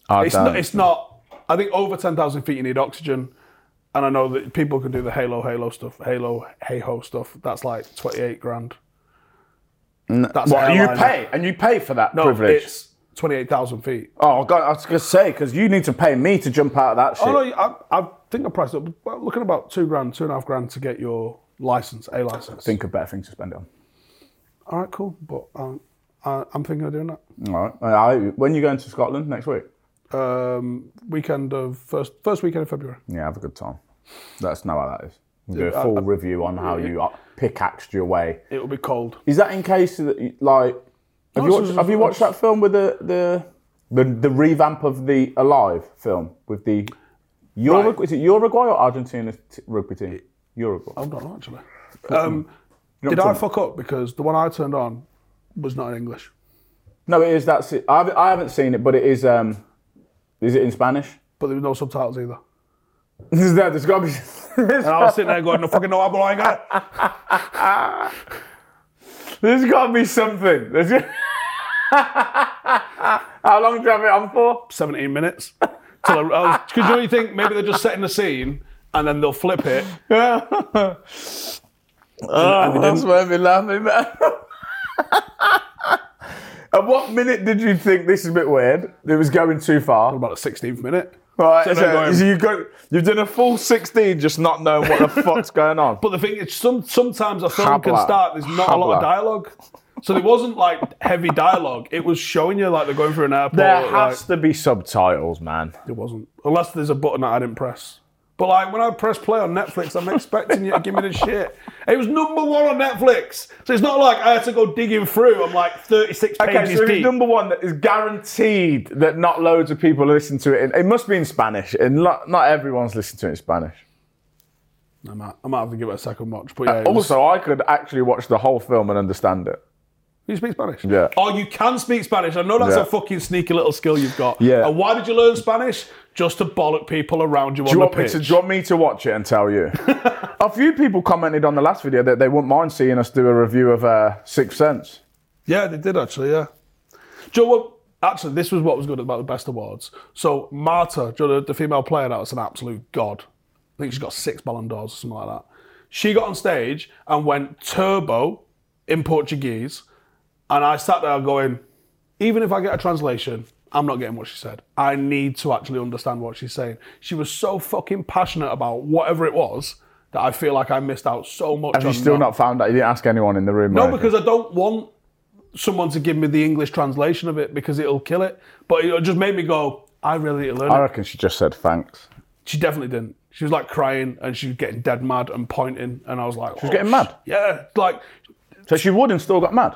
Speaker 2: I
Speaker 1: It's not. It's not. I think over ten thousand feet you need oxygen, and I know that people can do the Halo Halo stuff, Halo Hey Ho stuff. That's like twenty eight grand. That's
Speaker 2: What, you
Speaker 1: airline-
Speaker 2: pay and you pay for that
Speaker 1: No,
Speaker 2: privilege.
Speaker 1: it's twenty eight thousand feet.
Speaker 2: Oh god, I was gonna say because you need to pay me to jump out of that shit.
Speaker 1: Oh no, I, I think I priced it up. Well, looking about two grand, two and a half grand to get your license, a license.
Speaker 2: Think of better things to spend it on.
Speaker 1: All right, cool. But um, I, I'm thinking of doing that.
Speaker 2: All right. I, when you going to Scotland next week?
Speaker 1: um, weekend of first first weekend of February.
Speaker 2: Yeah, have a good time. Let us know how that is. We'll do a full review on how you uh, pickaxed your way.
Speaker 1: It'll be cold.
Speaker 2: Is that in case that you- like
Speaker 1: No,
Speaker 2: have you
Speaker 1: it's
Speaker 2: watched,
Speaker 1: just-
Speaker 2: have you watched that film with the the the, the revamp of the Alive film with the Uruguay, is it Uruguay or Argentina's t- rugby team? Uruguay.
Speaker 1: I'm not actually. Um, did I fuck up because the one I turned on was not in English?
Speaker 2: No, it is that's it. I haven't, I haven't seen it, but it is. Um, is it in Spanish? (laughs)
Speaker 1: But there were no subtitles either.
Speaker 2: there, has got to be.
Speaker 1: (laughs) And I was sitting there going, "No fucking no, I ain't got it."
Speaker 2: There's got to be something. There's (laughs) got- How long do you have it on for?
Speaker 1: 17 minutes. Because you know you think maybe they're just setting the scene and then they'll flip it.
Speaker 2: Oh, Ah. that's why me laughing, man. (laughs) At what minute did you think this is a bit weird? It was going too far.
Speaker 1: About the 16th minute.
Speaker 2: Right,
Speaker 1: So
Speaker 2: so,
Speaker 1: they're going-
Speaker 2: so you got, you've done a full 16 just not knowing what (laughs) the fuck's going on.
Speaker 1: But the thing is, some sometimes a film can
Speaker 2: Habla.
Speaker 1: start. There's not a lot of
Speaker 2: Habla.
Speaker 1: dialogue, so there wasn't like heavy dialogue. It was showing you like they're going through an airport.
Speaker 2: There
Speaker 1: like,
Speaker 2: has to be subtitles, man.
Speaker 1: it wasn't unless there's a button that I didn't press. But like when I press play on Netflix, I'm expecting you to give me this shit. It was number one on Netflix, so it's not like I had to go digging through. I'm like 36
Speaker 2: Okay,
Speaker 1: pages
Speaker 2: so if it's
Speaker 1: deep.
Speaker 2: number one that is guaranteed that not loads of people listen to it. In, it must be in Spanish, and not, not everyone's listened to it in Spanish.
Speaker 1: I, might, I might have to give it a second watch. But yeah, it was-
Speaker 2: Also, I could actually watch the whole film and understand it.
Speaker 1: you speak Spanish.
Speaker 2: Yeah.
Speaker 1: Oh, you can speak Spanish. I know that's
Speaker 2: Yeah.
Speaker 1: a fucking sneaky little skill you've got.
Speaker 2: Yeah.
Speaker 1: And why did you learn Spanish? Just to bollock people around you on
Speaker 2: Do you,
Speaker 1: the
Speaker 2: want me
Speaker 1: pitch.
Speaker 2: to, do you want me to watch it and
Speaker 1: (laughs)
Speaker 2: tell you? a few people commented on the last video that they wouldn't mind seeing us do a review of uh, Sixth Sense.
Speaker 1: Yeah, they did actually. Yeah. Do you know what? Actually, this was what was good about the best awards. So Marta, do you know the, the female player that was an absolute god. I think she's got six Ballon d'Ors or something like that. She got on stage and went turbo in Portuguese, and I sat there going, even if I get a translation, I'm not getting what she said. I need to actually understand what she's saying. She was so fucking passionate about whatever it was that I feel like I missed out so much.
Speaker 2: Have you still not found out? You didn't ask anyone in the room. or
Speaker 1: No,
Speaker 2: anything?
Speaker 1: because I don't want someone to give me the English translation of it because it'll kill it. But it just made me go, I really need to learn
Speaker 2: I
Speaker 1: it.
Speaker 2: reckon she just said thanks.
Speaker 1: She definitely didn't. She was like crying and she was getting dead mad and pointing. And I was like, She was
Speaker 2: getting mad?
Speaker 1: Yeah. Like,
Speaker 2: So she would and still got mad.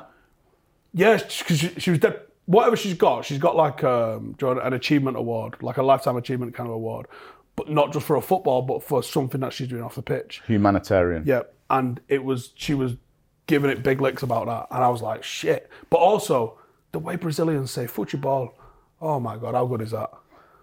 Speaker 1: yeah, because she, she was dead. Whatever she's got, she's got like um, do you know, an achievement award, like a lifetime achievement kind of award, but not just for a football, but for something that she's doing off the pitch.
Speaker 2: Humanitarian.
Speaker 1: Yeah, and it was she was giving it big licks about that, and I was like, shit. But also the way Brazilians say football, oh my god, how good is that?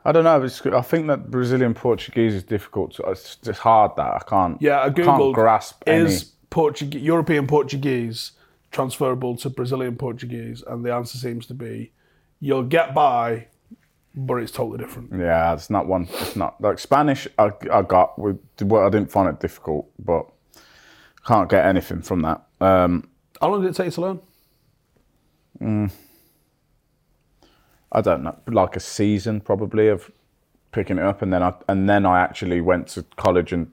Speaker 2: I don't know. It's, I think that Brazilian Portuguese is difficult. To, it's just hard that I can't.
Speaker 1: Yeah, I
Speaker 2: I
Speaker 1: googled.
Speaker 2: can't grasp
Speaker 1: is
Speaker 2: any.
Speaker 1: Portuguese European Portuguese transferable to Brazilian Portuguese, and the answer seems to be you'll get by, but it's totally different.
Speaker 2: Yeah, it's not one. It's not like Spanish. I, I got. We, well, I didn't find it difficult, but can't get anything from that. Um,
Speaker 1: How long did it take you to learn?
Speaker 2: I don't know. Like a season probably of picking it up, and then I and then I actually went to college and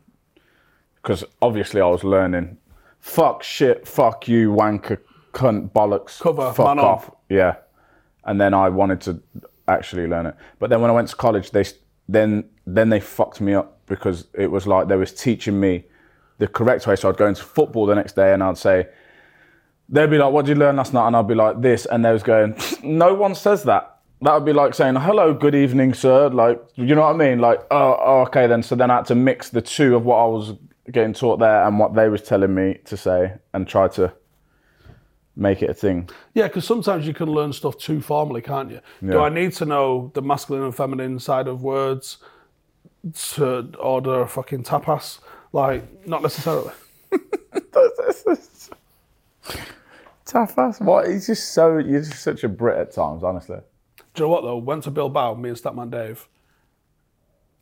Speaker 2: because obviously I was learning. Fuck shit. Fuck you, wanker, cunt, bollocks.
Speaker 1: Cover,
Speaker 2: Fuck
Speaker 1: man up.
Speaker 2: off. Yeah. And then I wanted to actually learn it. But then when I went to college, they s- then then they fucked me up because it was like they was teaching me the correct way. So I'd go into football the next day and I'd say, they'd be like, "What did you learn last night?" And I'd be like, "This," and they was going, (laughs) "No one says that." That would be like saying, "Hello, good evening, sir." Like, you know what I mean? Like, oh, oh, okay then. So then I had to mix the two of what I was getting taught there and what they was telling me to say, and try to make it a thing.
Speaker 1: Yeah, because sometimes you can learn stuff too formally, can't you? Do I need to know the masculine and feminine side of words to order a fucking tapas? Like, not necessarily.
Speaker 2: (laughs) Tough ass. What? He's just so. You're just such a Brit at times, honestly.
Speaker 1: Do you know what though? Went to Bilbao, me and Statman Dave.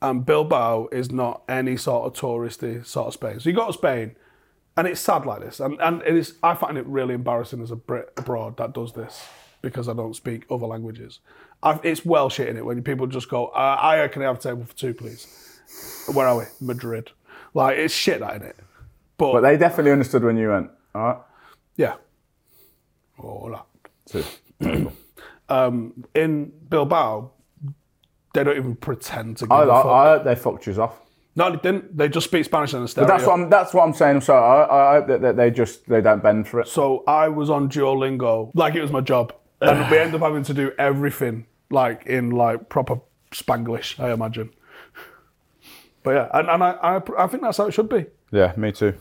Speaker 1: And Bilbao is not any sort of touristy sort of Spain. So you go to Spain, and it's sad like this. And and it is I find it really embarrassing as a Brit abroad that does this because I don't speak other languages. i it's Welsh shit in it when people just go, uh, "I can I have a table for two, please." Where are we? Madrid. Like it's shit that in it.
Speaker 2: But they definitely understood when you went. All right.
Speaker 1: Yeah. Hola.
Speaker 2: Two.
Speaker 1: Um, in Bilbao, they don't even pretend to give
Speaker 2: I,
Speaker 1: a fuck.
Speaker 2: I, I hope they fucked you off.
Speaker 1: No, they didn't. They just speak Spanish in the stereo.
Speaker 2: That's what I'm. That's what I'm saying. I'm sorry. I, I hope that, that they just they don't bend for it.
Speaker 1: so I was on Duolingo like it was my job, and we ended up having to do everything like in like proper Spanglish, I imagine. But yeah, and, and I, I I think that's how it should be.
Speaker 2: Yeah, me too.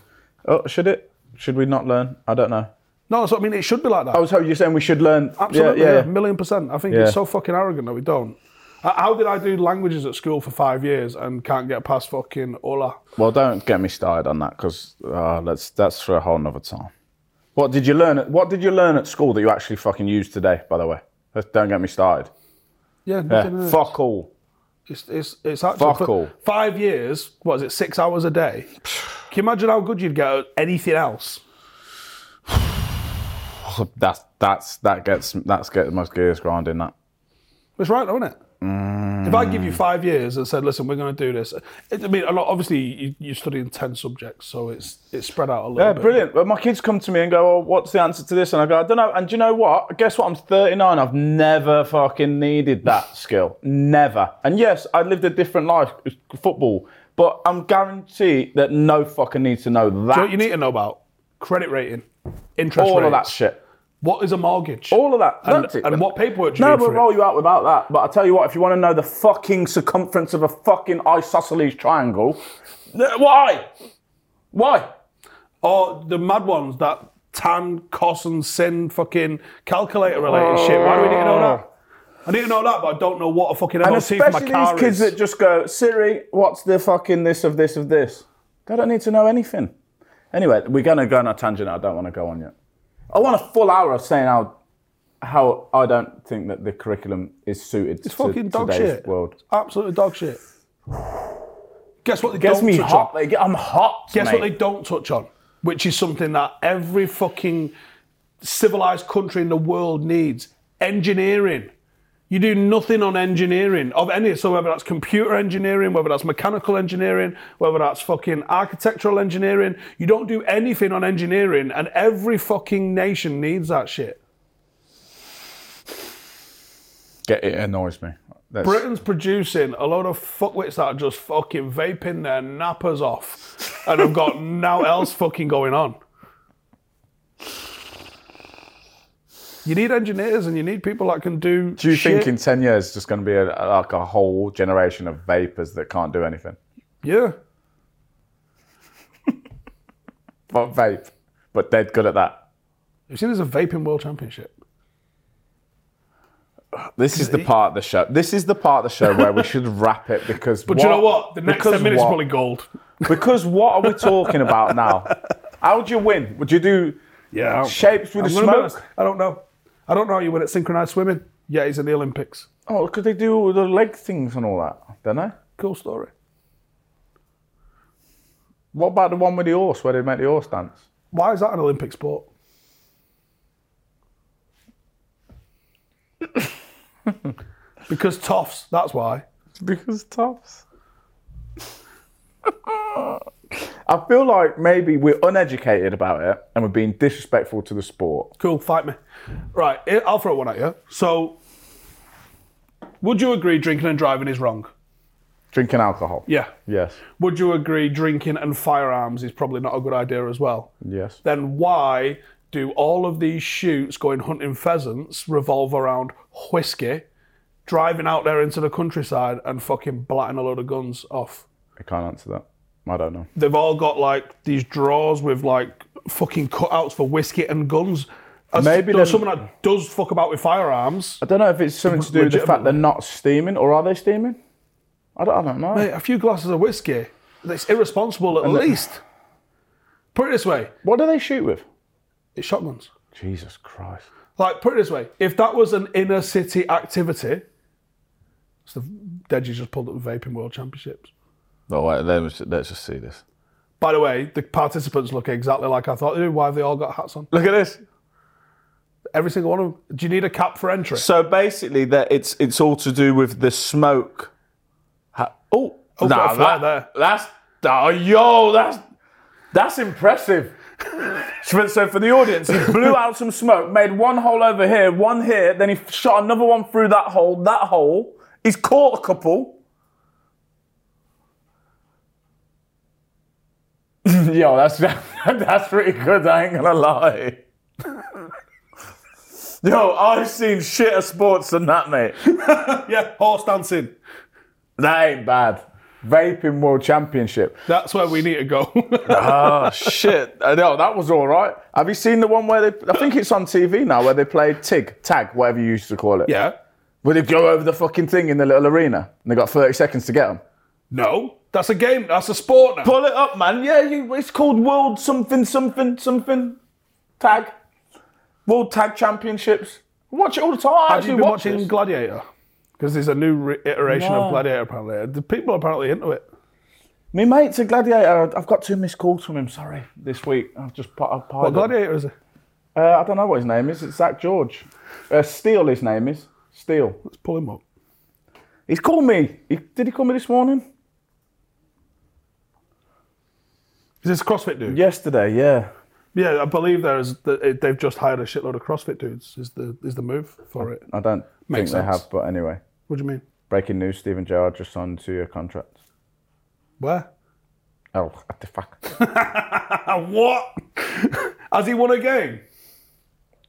Speaker 2: Oh, should it? Should we not learn? I don't know.
Speaker 1: No, that's what I mean. It should be like that.
Speaker 2: Oh, so you're saying we should learn?
Speaker 1: Absolutely,
Speaker 2: Yeah,
Speaker 1: yeah,
Speaker 2: yeah.
Speaker 1: million percent. I think
Speaker 2: Yeah.
Speaker 1: it's so fucking arrogant that we don't. Uh, How did I do languages at school for five years and can't get past fucking hola?
Speaker 2: Well, don't get me started on that because uh, that's that's for a whole nother time. What did you learn? At, what did you learn at school that you actually fucking use today? By the way, Let's- don't get me started.
Speaker 1: Yeah,
Speaker 2: Yeah,
Speaker 1: nothing in it.
Speaker 2: fuck all.
Speaker 1: It's it's it's actually
Speaker 2: Fuck
Speaker 1: for
Speaker 2: all.
Speaker 1: five years. What is it? Six hours a day. (sighs) Can you imagine how good you'd get at anything else?
Speaker 2: That's that's that gets that's getting my gears grinding. That
Speaker 1: It's right, though, isn't it? If I give you five years and said, "Listen, we're going to do this," it, I mean, a lot- obviously you, you're studying ten subjects, so it's it's spread out a little
Speaker 2: yeah,
Speaker 1: bit.
Speaker 2: brilliant. But my kids come to me and go, "Oh, what's the answer to this?" And I go, "I don't know." And do you know what? Guess what? I'm 39. I've never fucking needed that skill. Never. And yes, I lived a different life, It's football. But I'm guaranteed that no fucking needs to know that.
Speaker 1: What you need to know about credit rating, interest
Speaker 2: all of that
Speaker 1: rates,
Speaker 2: shit.
Speaker 1: What is a mortgage?
Speaker 2: All of that.
Speaker 1: And-
Speaker 2: That's it.
Speaker 1: and what paperwork do you
Speaker 2: No,
Speaker 1: need
Speaker 2: we'll
Speaker 1: for it?
Speaker 2: roll you out without that. But I tell you what, if you want to know the fucking circumference of a fucking isosceles triangle, th- why? Why?
Speaker 1: Or the mad ones that tan, cos, and sin fucking calculator related shit. Why do we need to know that? I need to know that, but I don't know what a fucking
Speaker 2: And
Speaker 1: MOT for my
Speaker 2: especially
Speaker 1: car
Speaker 2: these kids
Speaker 1: is.
Speaker 2: that just go, Siri, what's the fucking this of this of this? They don't need to know anything. Anyway, we're gonna go on a tangent. I don't want to go on yet. I want a full hour of saying how how I don't think that the curriculum is suited
Speaker 1: It's
Speaker 2: to
Speaker 1: fucking dog
Speaker 2: today's
Speaker 1: shit.
Speaker 2: world.
Speaker 1: Absolutely dog shit. Guess what they
Speaker 2: Gets
Speaker 1: don't
Speaker 2: me
Speaker 1: touch
Speaker 2: hot.
Speaker 1: on?
Speaker 2: Like, I'm hot.
Speaker 1: Guess
Speaker 2: mate.
Speaker 1: what they don't touch on? Which is something that every fucking civilized country in the world needs engineering. You do nothing on engineering of any, so whether that's computer engineering, whether that's mechanical engineering, whether that's fucking architectural engineering, you don't do anything on engineering, and every fucking nation needs that shit.
Speaker 2: Get it annoys me. That's-
Speaker 1: Britain's producing a load of fuckwits that are just fucking vaping their nappers off and have got (laughs) now else fucking going on. You need engineers and you need people that can do.
Speaker 2: Do you
Speaker 1: shit.
Speaker 2: think in ten years it's just going to be a, like a whole generation of vapors that can't do anything?
Speaker 1: Yeah.
Speaker 2: But vape, but they're good at that.
Speaker 1: You've seen there's a vaping world championship.
Speaker 2: This is the part of the show. This is the part of the show where
Speaker 1: (laughs)
Speaker 2: we should wrap it because.
Speaker 1: But do you know what? The next
Speaker 2: because
Speaker 1: 10 minutes
Speaker 2: what?
Speaker 1: is probably gold.
Speaker 2: Because what are we talking about now? How do you win? Would you do
Speaker 1: Yeah.
Speaker 2: shapes with a smoke?
Speaker 1: I don't know. I don't know how you win at synchronized swimming. Yeah, he's in the Olympics.
Speaker 2: Oh, could they do all the leg things and all that? Don't they?
Speaker 1: Cool story.
Speaker 2: What about the one with the horse where they make the horse dance?
Speaker 1: Why is that an Olympic sport? because toffs, that's why.
Speaker 2: Because tops. I feel like maybe we're uneducated about it and we're being disrespectful to the sport.
Speaker 1: Cool, fight me. Right, I- I'll throw one at you. So, would you agree drinking and driving is wrong?
Speaker 2: Drinking alcohol.
Speaker 1: Yeah.
Speaker 2: Yes.
Speaker 1: Would you agree drinking and firearms is probably not a good idea as well?
Speaker 2: Yes.
Speaker 1: Then why do all of these shoots going hunting pheasants revolve around whiskey, driving out there into the countryside and fucking blatting a load of guns off?
Speaker 2: I can't answer that. I don't know.
Speaker 1: they've all got like these drawers with like fucking cutouts for whiskey and guns. As
Speaker 2: Maybe
Speaker 1: Maybe
Speaker 2: they're-
Speaker 1: there's someone that does fuck about with firearms.
Speaker 2: I don't know if it's something to do with the fact they're not steaming or are they steaming? I don't, I don't know.
Speaker 1: A few glasses of whiskey. It's irresponsible at least. Put it this way,
Speaker 2: What do they shoot with?
Speaker 1: it's shotguns.
Speaker 2: Jesus Christ.
Speaker 1: Like, put it this way, if that was an inner city activity, it's the Deji just pulled up the Vaping World Championships.
Speaker 2: No, wait, let's, let's just see this.
Speaker 1: By the way, the participants look exactly like I thought they did. Why have they all got hats on?
Speaker 2: Look at this.
Speaker 1: Every single one of them. Do you need a cap for entry?
Speaker 2: So basically, that it's it's all to do with the smoke. Ha- oh,
Speaker 1: Oh,
Speaker 2: nah,
Speaker 1: got a fly
Speaker 2: that-
Speaker 1: there.
Speaker 2: that's oh, yo, that's that's impressive. so, so for the audience, he blew out some smoke, made one hole over here, one here, then he shot another one through that hole, that hole. He's caught a couple. (laughs) yo, that's (laughs) that's pretty good. I ain't gonna lie. (laughs) Yo, I've seen shitter sports than that, mate.
Speaker 1: yeah, horse dancing.
Speaker 2: That ain't bad. Vaping World Championship.
Speaker 1: That's where we need to go. (laughs)
Speaker 2: (laughs) Oh shit! I know that was all right. Have you seen the one where they? I think it's on TV now, where they play tig, tag, whatever you used to call it.
Speaker 1: yeah.
Speaker 2: Where they go over the fucking thing in the little arena, and they got thirty seconds to get them.
Speaker 1: No, that's a game. That's a sport now.
Speaker 2: Pull it up, man. Yeah, you, it's called World something something something. Tag. World Tag Championships. I watch it all the time. I
Speaker 1: Have
Speaker 2: actually
Speaker 1: you been
Speaker 2: watch
Speaker 1: watching
Speaker 2: this.
Speaker 1: Gladiator? Because there's a new re- iteration
Speaker 2: No.
Speaker 1: of Gladiator apparently. The people are apparently into it.
Speaker 2: Me mate's a gladiator. I've got two missed calls from him. Sorry, this week I've just put. I've
Speaker 1: What
Speaker 2: piled up.
Speaker 1: Gladiator is it?
Speaker 2: Uh, I don't know what his name is. It's Zach George. Uh, Steele. His name is Steele.
Speaker 1: Let's pull him up.
Speaker 2: He's called me. He, did he call me this morning?
Speaker 1: Is this a CrossFit dude?
Speaker 2: Yesterday. Yeah.
Speaker 1: Yeah, I believe there's the, they've just hired a shitload of CrossFit dudes. Is the is the move for it?
Speaker 2: I don't
Speaker 1: Makes
Speaker 2: think they
Speaker 1: sense.
Speaker 2: have. But anyway,
Speaker 1: What do you mean?
Speaker 2: breaking news: Stephen Gerrard just signed a two-year contract.
Speaker 1: Where?
Speaker 2: Oh, what the fuck.
Speaker 1: And what? (laughs) Has he won a game?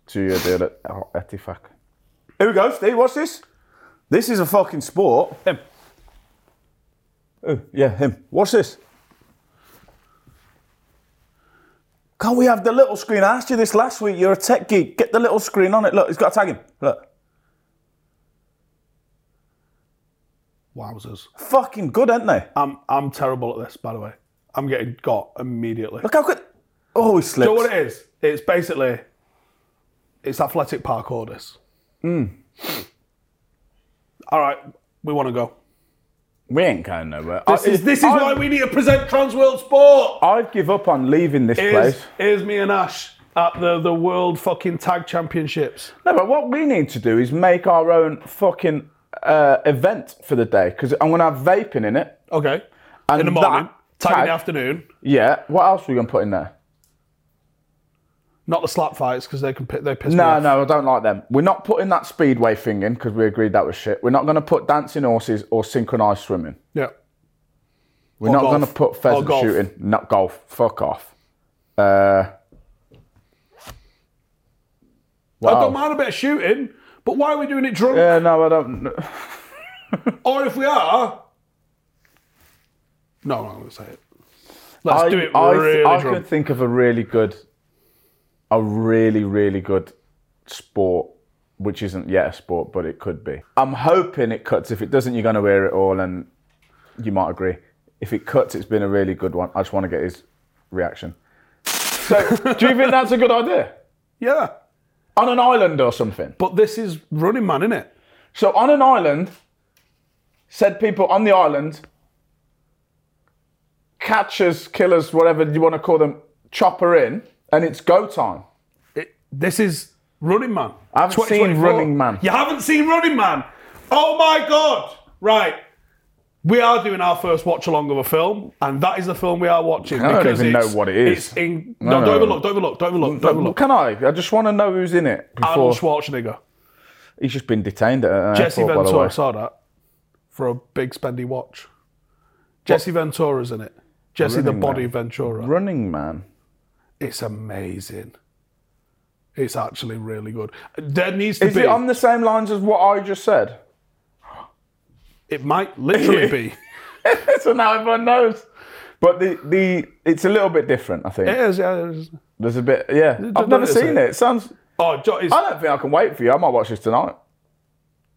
Speaker 2: to your deal at oh, Etifak. Here we go, Steve. What's this? This is a fucking sport. Him. Oh, yeah, him. What's this? Can't we have the little screen? I asked you this last week. You're a tech geek. Get the little screen on it. Look, it's got a tag in. Look.
Speaker 1: Wowzers!
Speaker 2: Fucking good, aren't they?
Speaker 1: I'm I'm terrible at this, by the way. I'm getting got immediately.
Speaker 2: Look how good. Oh, he slips.
Speaker 1: So what it is? It's basically it's athletic parkour. This.
Speaker 2: Hmm.
Speaker 1: All right, we want to go.
Speaker 2: we ain't going nowhere.
Speaker 1: This is this is
Speaker 2: I,
Speaker 1: why we need to present Trans World Sport.
Speaker 2: I give up on leaving this
Speaker 1: Here's,
Speaker 2: place.
Speaker 1: here's me and Ash at the the World fucking Tag Championships.
Speaker 2: No, but what we need to do is make our own fucking uh, event for the day because I'm going to have vaping in it.
Speaker 1: Okay.
Speaker 2: And
Speaker 1: in the morning,
Speaker 2: that
Speaker 1: tag in
Speaker 2: tag-
Speaker 1: the afternoon.
Speaker 2: Yeah. What else are we going to put in there?
Speaker 1: Not the slap fights because they can pi- they piss me
Speaker 2: No,
Speaker 1: off.
Speaker 2: no, I don't like them. We're not putting that speedway thing in because we agreed that was shit. We're not going to put dancing horses or synchronized swimming.
Speaker 1: Yeah.
Speaker 2: We're not
Speaker 1: golf.
Speaker 2: going to put
Speaker 1: Or
Speaker 2: pheasant
Speaker 1: golf.
Speaker 2: shooting. Not golf. Fuck off. Uh,
Speaker 1: I
Speaker 2: wow.
Speaker 1: don't mind a bit of shooting, but why are we doing it drunk?
Speaker 2: Yeah, no, I don't.
Speaker 1: Or Oh, if we are, no, I'm not going to say it. Let's
Speaker 2: I,
Speaker 1: do it
Speaker 2: I,
Speaker 1: really
Speaker 2: I
Speaker 1: drunk.
Speaker 2: could think of a really good, a really really good sport, which isn't yet a sport, but it could be. I'm hoping it cuts. If it doesn't, you're going to hear it all, and you might agree. If it cuts, it's been a really good one. I just want to get his reaction. So, do you think that's a good idea?
Speaker 1: Yeah,
Speaker 2: On an island or something.
Speaker 1: but this is Running Man, isn't it?
Speaker 2: So on an island, said people on the island, catchers, killers, whatever you want to call them, chopper in, and it's go time.
Speaker 1: it? This is Running Man.
Speaker 2: I haven't seen
Speaker 1: 2024.
Speaker 2: Running Man.
Speaker 1: You haven't seen Running Man? Oh my God! Right. We are doing our first watch along of a film, and that is the film we are watching.
Speaker 2: I don't
Speaker 1: because
Speaker 2: even know
Speaker 1: it's-
Speaker 2: what it is.
Speaker 1: It's in, no,
Speaker 2: No,
Speaker 1: don't
Speaker 2: no, no.
Speaker 1: overlook, don't overlook, don't overlook, don't overlook.
Speaker 2: Can I? I just want to know who's in it before.
Speaker 1: Arnold Schwarzenegger.
Speaker 2: He's just been detained at an
Speaker 1: Jesse
Speaker 2: airport, by the way.
Speaker 1: Ventura saw that for a big spendy watch. Jesse Ventura's in it. Jesse the
Speaker 2: Running
Speaker 1: Body
Speaker 2: Man.
Speaker 1: Ventura.
Speaker 2: Running man.
Speaker 1: It's amazing. It's actually really good. There needs to
Speaker 2: Is
Speaker 1: be.
Speaker 2: it on the same lines as what I just said? (laughs)
Speaker 1: it might literally be.
Speaker 2: so now everyone knows. But the, the it's a little bit different, I think.
Speaker 1: It is. Yeah, it is.
Speaker 2: There's a bit, yeah. I've never
Speaker 1: notice
Speaker 2: seen
Speaker 1: it.
Speaker 2: it. it. Sounds.
Speaker 1: Oh, Jo- it's,
Speaker 2: I don't think I can wait for you. I might watch this tonight.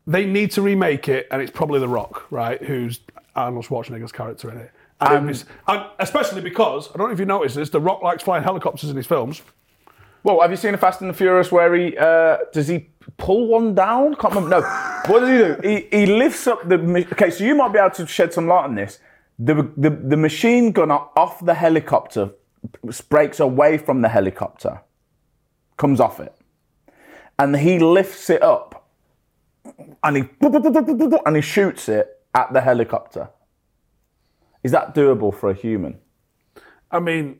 Speaker 1: they need to remake it, and it's probably The Rock, right? Who's Arnold Schwarzenegger's character in it.
Speaker 2: Um,
Speaker 1: And, it's- and especially because I don't know if you noticed this, The Rock likes flying helicopters in his films.
Speaker 2: Well, have you seen the Fast and the Furious where he uh, does he pull one down? Can't remember. No, what does he do? He, he lifts up the. ma- Okay, so you might be able to shed some light on this. The the, the machine gun off the helicopter breaks away from the helicopter, comes off it, and he lifts it up, and he and he shoots it at the helicopter. Is that doable for a human?
Speaker 1: I mean,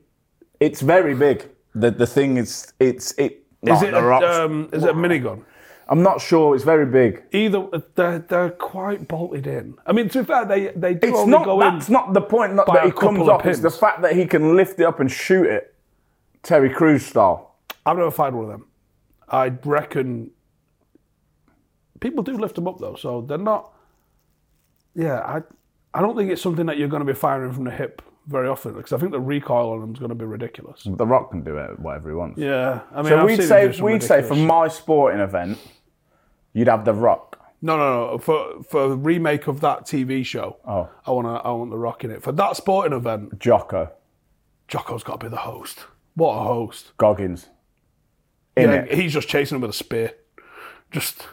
Speaker 2: It's very big. The the thing is, it's it.
Speaker 1: is
Speaker 2: like
Speaker 1: it
Speaker 2: the
Speaker 1: a,
Speaker 2: rocks.
Speaker 1: um, is it a minigun?
Speaker 2: I'm not sure. It's very big.
Speaker 1: either they're, they're quite bolted in. I mean, to be fair, they they do
Speaker 2: It's
Speaker 1: only
Speaker 2: not.
Speaker 1: go
Speaker 2: That's
Speaker 1: in.
Speaker 2: not the point. Not
Speaker 1: by
Speaker 2: that
Speaker 1: a
Speaker 2: he comes
Speaker 1: couple of
Speaker 2: off. It's the
Speaker 1: pins.
Speaker 2: fact that he can lift it up and shoot it, Terry Crews style.
Speaker 1: I've never fired one of them. I reckon people do lift them up though, so they're not. Yeah, I I don't think it's something that you're going to be firing from the hip very often because I think the recoil on them is going to be ridiculous.
Speaker 2: The Rock can do it whatever he wants.
Speaker 1: Yeah, I mean,
Speaker 2: So
Speaker 1: I've
Speaker 2: we'd
Speaker 1: seen
Speaker 2: say
Speaker 1: them do some
Speaker 2: we'd say
Speaker 1: ridiculous
Speaker 2: for
Speaker 1: shit.
Speaker 2: my sporting event, you'd have The Rock.
Speaker 1: No, no, no. For for a remake of that TV show,
Speaker 2: Oh.
Speaker 1: I want to I want the Rock in it for that sporting event.
Speaker 2: Jocko,
Speaker 1: Jocko's got to be the host. What a host!
Speaker 2: Goggins, in
Speaker 1: Yeah,
Speaker 2: it.
Speaker 1: he's just chasing him with a spear. Just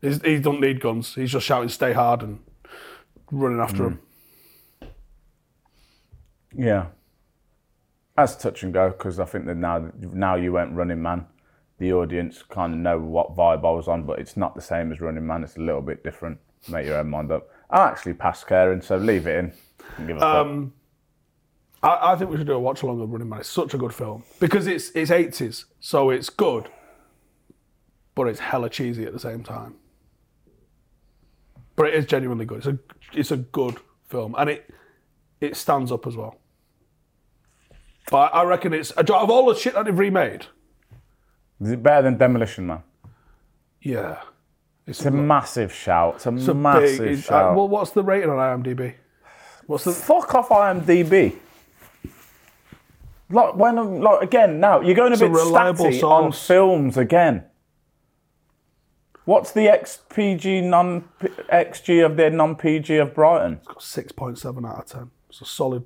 Speaker 1: he's, he don't need guns. He's just shouting "Stay hard" and running after
Speaker 2: Hmm.
Speaker 1: him.
Speaker 2: Yeah. That's touch and go because I think that now now you went Running Man, the audience kind of know what vibe I was on, but it's not the same as Running Man. It's a little bit different. Make your own mind up. I actually passed caring, so leave it in. and give a fuck.
Speaker 1: I, I think we should do a watch along of Running Man. It's such a good film because it's it's eighties, so it's good, but it's hella cheesy at the same time. But it is genuinely good. It's a it's a good film, and it it stands up as well. But I reckon it's of all the shit that they've remade.
Speaker 2: Is it better than Demolition Man?
Speaker 1: Yeah, it's,
Speaker 2: It's a massive shout. It's a,
Speaker 1: It's a
Speaker 2: massive
Speaker 1: big- it's-
Speaker 2: shout.
Speaker 1: uh, well, what's the rating on IMDb? What's the?
Speaker 2: Fuck off IMDb. Like when I'm- like again now you're going a
Speaker 1: a
Speaker 2: bit
Speaker 1: reliable
Speaker 2: statty on
Speaker 1: source.
Speaker 2: films again. What's the XPG non XG of their non PG of Brighton?
Speaker 1: Six point seven out of ten. It's a solid.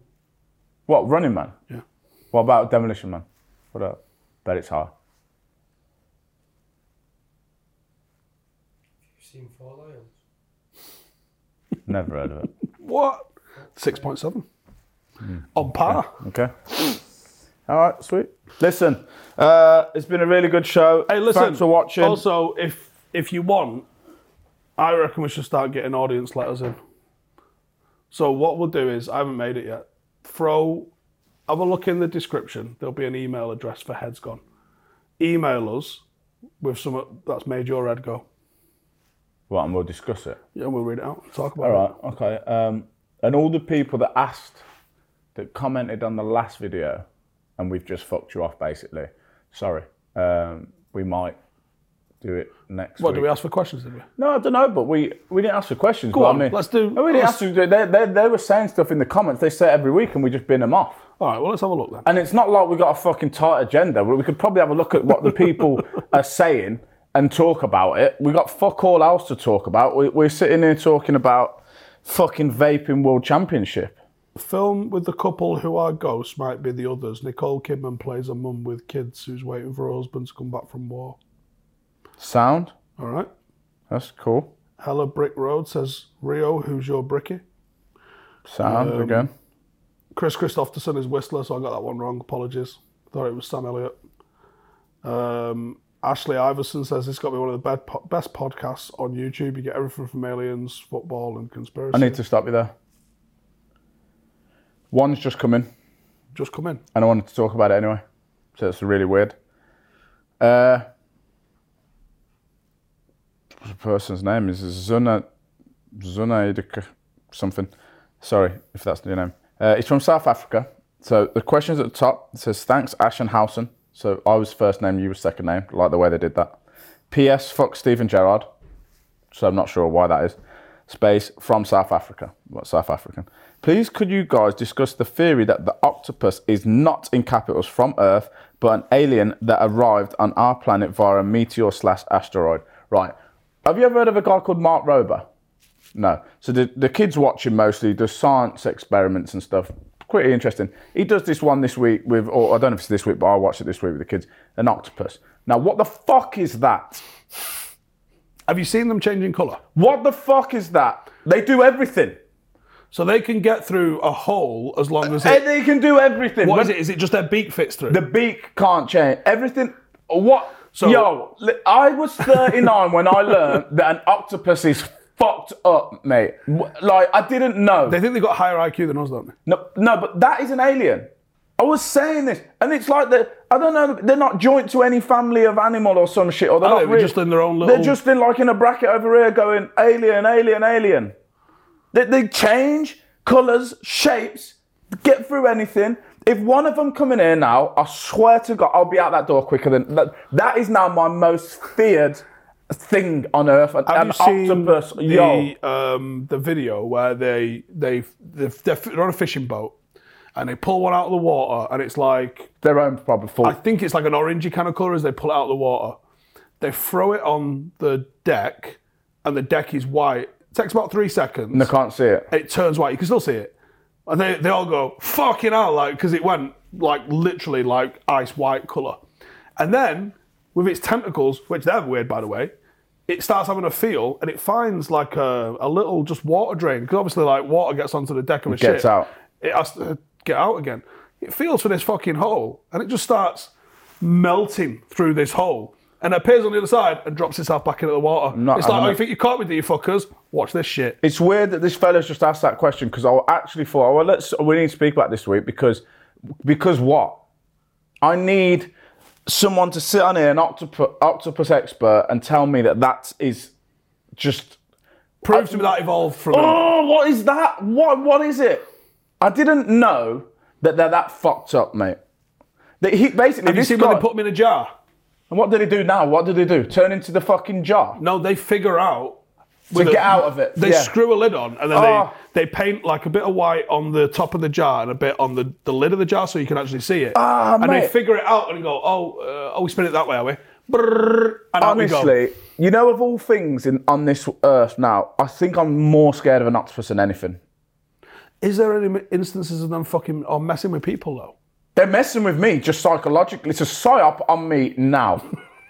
Speaker 2: What Running Man?
Speaker 1: Yeah.
Speaker 2: What about Demolition Man? What up? Bet it's high.
Speaker 4: You've seen Four Lions?
Speaker 2: Never heard of it.
Speaker 1: What? Six point seven. On par.
Speaker 2: Hmm. Okay. All right, sweet. Listen, uh, it's been a really good show.
Speaker 1: Hey, listen.
Speaker 2: Thanks for watching.
Speaker 1: Also, if if you want, I reckon we should start getting audience letters in. So what we'll do is I haven't made it yet. Throw, have a look in the description. There'll be an email address for Heads Gone. Email us with some that's made your head go.
Speaker 2: Well, and we'll discuss it.
Speaker 1: Yeah, we'll read it out and talk about
Speaker 2: All
Speaker 1: it.
Speaker 2: right. Okay. Um, and all the people that asked, that commented on the last video, and we've just fucked you off basically. Sorry. Um, we might do it next
Speaker 1: What
Speaker 2: week.
Speaker 1: do we ask for questions? Did we?
Speaker 2: No, I don't know, but we, we didn't ask for questions. Go
Speaker 1: on, let's do-
Speaker 2: No, we didn't
Speaker 1: let's-
Speaker 2: ask for, they, they, they were saying stuff in the comments. They say it every week, and we just bin them off.
Speaker 1: All right, well let's have a look then.
Speaker 2: And it's not like we got a fucking tight agenda. We we could probably have a look at what the people are saying and talk about it. We got fuck all else to talk about. We, we're sitting here talking about fucking vaping world championship.
Speaker 1: film with the couple who are ghosts might be the others. Nicole Kidman plays a mum with kids who's waiting for her husband to come back from war.
Speaker 2: Sound?
Speaker 1: All right.
Speaker 2: That's cool.
Speaker 1: Hella Brick Road says, Rio, who's your bricky?
Speaker 2: Sound again.
Speaker 1: Chris Christopherson is Whistler, so I got that one wrong. Apologies. Thought it was Sam Elliott. Um, Ashley Iverson says, it's got to be one of the bad po- best podcasts on YouTube. You get everything from aliens, football, and conspiracy.
Speaker 2: I need to stop you there. One's just come in,
Speaker 1: Just come in.
Speaker 2: and I wanted to talk about it anyway. So it's really weird. Uh, the person's name is Zuna Zunaidika something. Sorry if that's your name. Uh, it's from South Africa. So the question's at the top. It says, Thanks, Ash and Housen. So I was first name, you were second name. Like the way they did that. P.S. Fuck Stephen Gerrard. So I'm not sure why that is. Space from South Africa. What South African? Please could you guys discuss the theory that the octopus is not in capitals from Earth, but an alien that arrived on our planet via a meteor slash asteroid? Right. Have you ever heard of a guy called Mark Rober? No. So the, the kids watching mostly the science experiments and stuff. Pretty interesting. He does this one this week with, or I don't know if it's this week, but I watched it this week with the kids. An octopus. Now, what the fuck is that?
Speaker 1: Have you seen them changing colour?
Speaker 2: What the fuck is that? They do everything.
Speaker 1: So they can get through a hole as long as
Speaker 2: And
Speaker 1: it.
Speaker 2: they can do everything.
Speaker 1: What
Speaker 2: When
Speaker 1: is it? Is it just their beak fits through?
Speaker 2: The beak can't change. Everything. What?
Speaker 1: So-
Speaker 2: Yo, li- I was 39 when I learned that an octopus is fucked up, mate. W- Like, I didn't know.
Speaker 1: They think they've got higher IQ than us, don't they?
Speaker 2: No, no, but that is an alien. I was saying this, and it's like the I don't know. They're not joint to any family of animal or some shit, or they're
Speaker 1: Oh,
Speaker 2: not
Speaker 1: they're
Speaker 2: really-
Speaker 1: just in their own
Speaker 2: They're
Speaker 1: little-
Speaker 2: just in like in a bracket over here, going alien, alien, alien. They, they change colours, shapes, get through anything. If one of them coming in now, I swear to God, I'll be out that door quicker than that. That is now my most feared thing on earth. An,
Speaker 1: Have
Speaker 2: an
Speaker 1: you seen
Speaker 2: octopus,
Speaker 1: the
Speaker 2: yo.
Speaker 1: um, the video where they they they're, they're on a fishing boat and they pull one out of the water and it's like
Speaker 2: Their own probably
Speaker 1: I
Speaker 2: fault.
Speaker 1: think it's like an orangey kind of color as they pull it out of the water. They throw it on the deck and the deck is white. It takes about three seconds.
Speaker 2: I can't see it.
Speaker 1: It turns white. You can still see it. And they, they all go, fucking hell, like, because it went, like, literally, like, ice white colour. And then, with its tentacles, which they're weird by the way, it starts having a feel and it finds like a, a little just water drain because obviously like water gets onto the deck of a ship.
Speaker 2: gets out.
Speaker 1: It has to get out again. It feels for this fucking hole and it just starts melting through this hole and appears on the other side and drops itself back into the water. it's like,
Speaker 2: I'm
Speaker 1: oh,
Speaker 2: not-
Speaker 1: you think you caught me, do you fuckers? Watch this shit.
Speaker 2: It's weird that this fella's just asked that question because I actually thought, "Oh, well, let's we need to speak about this week because because what? I need someone to sit on here, an octopus, octopus expert, and tell me that that is
Speaker 1: (gasps)
Speaker 2: just.
Speaker 1: Proves to me that evolved from.
Speaker 2: Oh, what is that? What what is it? I didn't know that they're that fucked up, mate. That he basically.
Speaker 1: Have you
Speaker 2: this
Speaker 1: seen when
Speaker 2: guy-
Speaker 1: they put them in a jar?
Speaker 2: And what do they do now? What do they do? Turn into the fucking jar
Speaker 1: No, they figure out
Speaker 2: to
Speaker 1: with
Speaker 2: get
Speaker 1: a-
Speaker 2: out of it.
Speaker 1: They
Speaker 2: yeah.
Speaker 1: screw a lid on and then
Speaker 2: Oh.
Speaker 1: they, they paint like a bit of white on the top of the jar and a bit on the, the lid of the jar so you can actually see it.
Speaker 2: Ah,
Speaker 1: and they
Speaker 2: mate.
Speaker 1: figure it out and go, oh, uh, oh, we spin it that way, are we? Brrrr, and out we go.
Speaker 2: Honestly, you know, of all things in, on this earth now, I think I'm more scared of an octopus than anything.
Speaker 1: Is there any m- instances of them fucking or messing with people though?
Speaker 2: They're messing with me just psychologically. It's a psyop on me now. (laughs)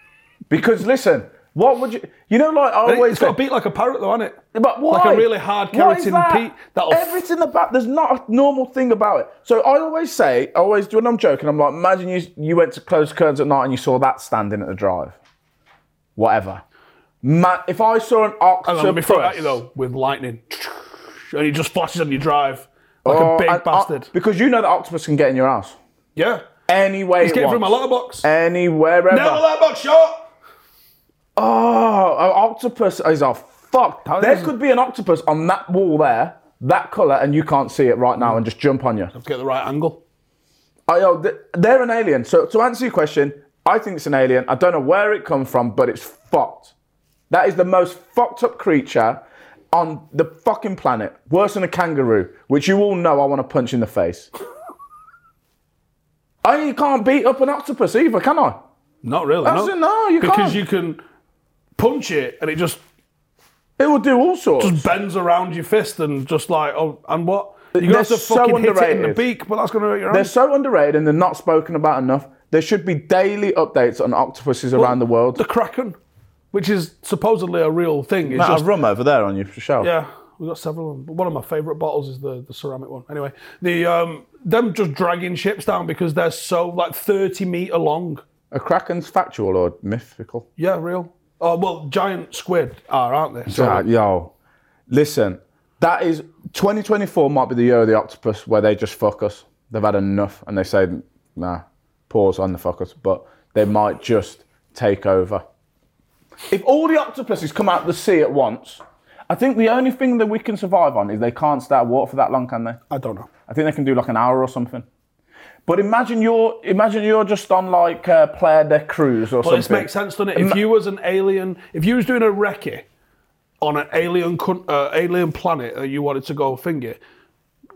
Speaker 2: because listen, what would you? You know, like I always.
Speaker 1: it's got to
Speaker 2: say-
Speaker 1: beat like a parrot though, hasn't it?
Speaker 2: But why?
Speaker 1: Like a really hard
Speaker 2: Why is
Speaker 1: keratin
Speaker 2: that?
Speaker 1: peat that'll f-
Speaker 2: Everything about there's not a normal thing about it. So I always say, I always do when I'm joking, I'm like, imagine you you went to close curtains at night and you saw that standing at the drive. Whatever. Man, if I saw an
Speaker 1: Hang
Speaker 2: octopus,
Speaker 1: on, let me throw it at you though with lightning. And it just flashes on your drive like
Speaker 2: Oh,
Speaker 1: a big
Speaker 2: and-
Speaker 1: bastard.
Speaker 2: uh, because you know that octopus can get in your house.
Speaker 1: yeah.
Speaker 2: Any way
Speaker 1: It's
Speaker 2: it
Speaker 1: getting through
Speaker 2: wants.
Speaker 1: my letterbox.
Speaker 2: Anywhere ever.
Speaker 1: Now the letterbox shot!
Speaker 2: oh, an octopus is a fuck. There
Speaker 1: is-
Speaker 2: could be an octopus on that wall there, that colour, and you can't see it right now and just jump on you.
Speaker 1: Get the right angle.
Speaker 2: I, oh, th- they're an alien. So to answer your question, I think it's an alien. I don't know where it come from, but it's fucked. That is the most fucked up creature on the fucking planet. Worse than a kangaroo, which you all know I want to punch in the face. I you can't beat up an octopus either, can I?
Speaker 1: Not really.
Speaker 2: That's
Speaker 1: no,
Speaker 2: it, no, you
Speaker 1: because
Speaker 2: can't.
Speaker 1: you can punch it and it just
Speaker 2: It will do all sorts.
Speaker 1: just bends around your fist and just like oh and what you're gonna have
Speaker 2: They're
Speaker 1: to
Speaker 2: so
Speaker 1: fucking hit it in the
Speaker 2: underrated.
Speaker 1: beak, but that's gonna hurt your
Speaker 2: they're
Speaker 1: hand.
Speaker 2: so underrated and they're not spoken about enough. There should be daily updates on octopuses around the world.
Speaker 1: The kraken, which is supposedly a real thing. It's just,
Speaker 2: rum over there on your shelf.
Speaker 1: yeah, we got several. Of them. One of my favourite bottles is the, the ceramic one. Anyway, the um them just dragging ships down because they're so like thirty meter long.
Speaker 2: A kraken's factual or mythical?
Speaker 1: Yeah, real. Oh well, giant squid are, aren't they? So
Speaker 2: Ah, yo, listen, that is 2024 might be the year of the octopus where they just fuck us. They've had enough and they say, nah, pause on the fuck us, but they might just take over. If all the octopuses come out of the sea at once, I think the only thing that we can survive on is they can't stay at water for that long, can they?
Speaker 1: I don't know.
Speaker 2: I think they can do like an hour or something. But imagine you're imagine you're just on like uh, Player de Cruise or
Speaker 1: But this
Speaker 2: something.
Speaker 1: makes sense, doesn't it? If you was an alien, if you was doing a recce on an alien coun- uh, alien planet that you wanted to go finger,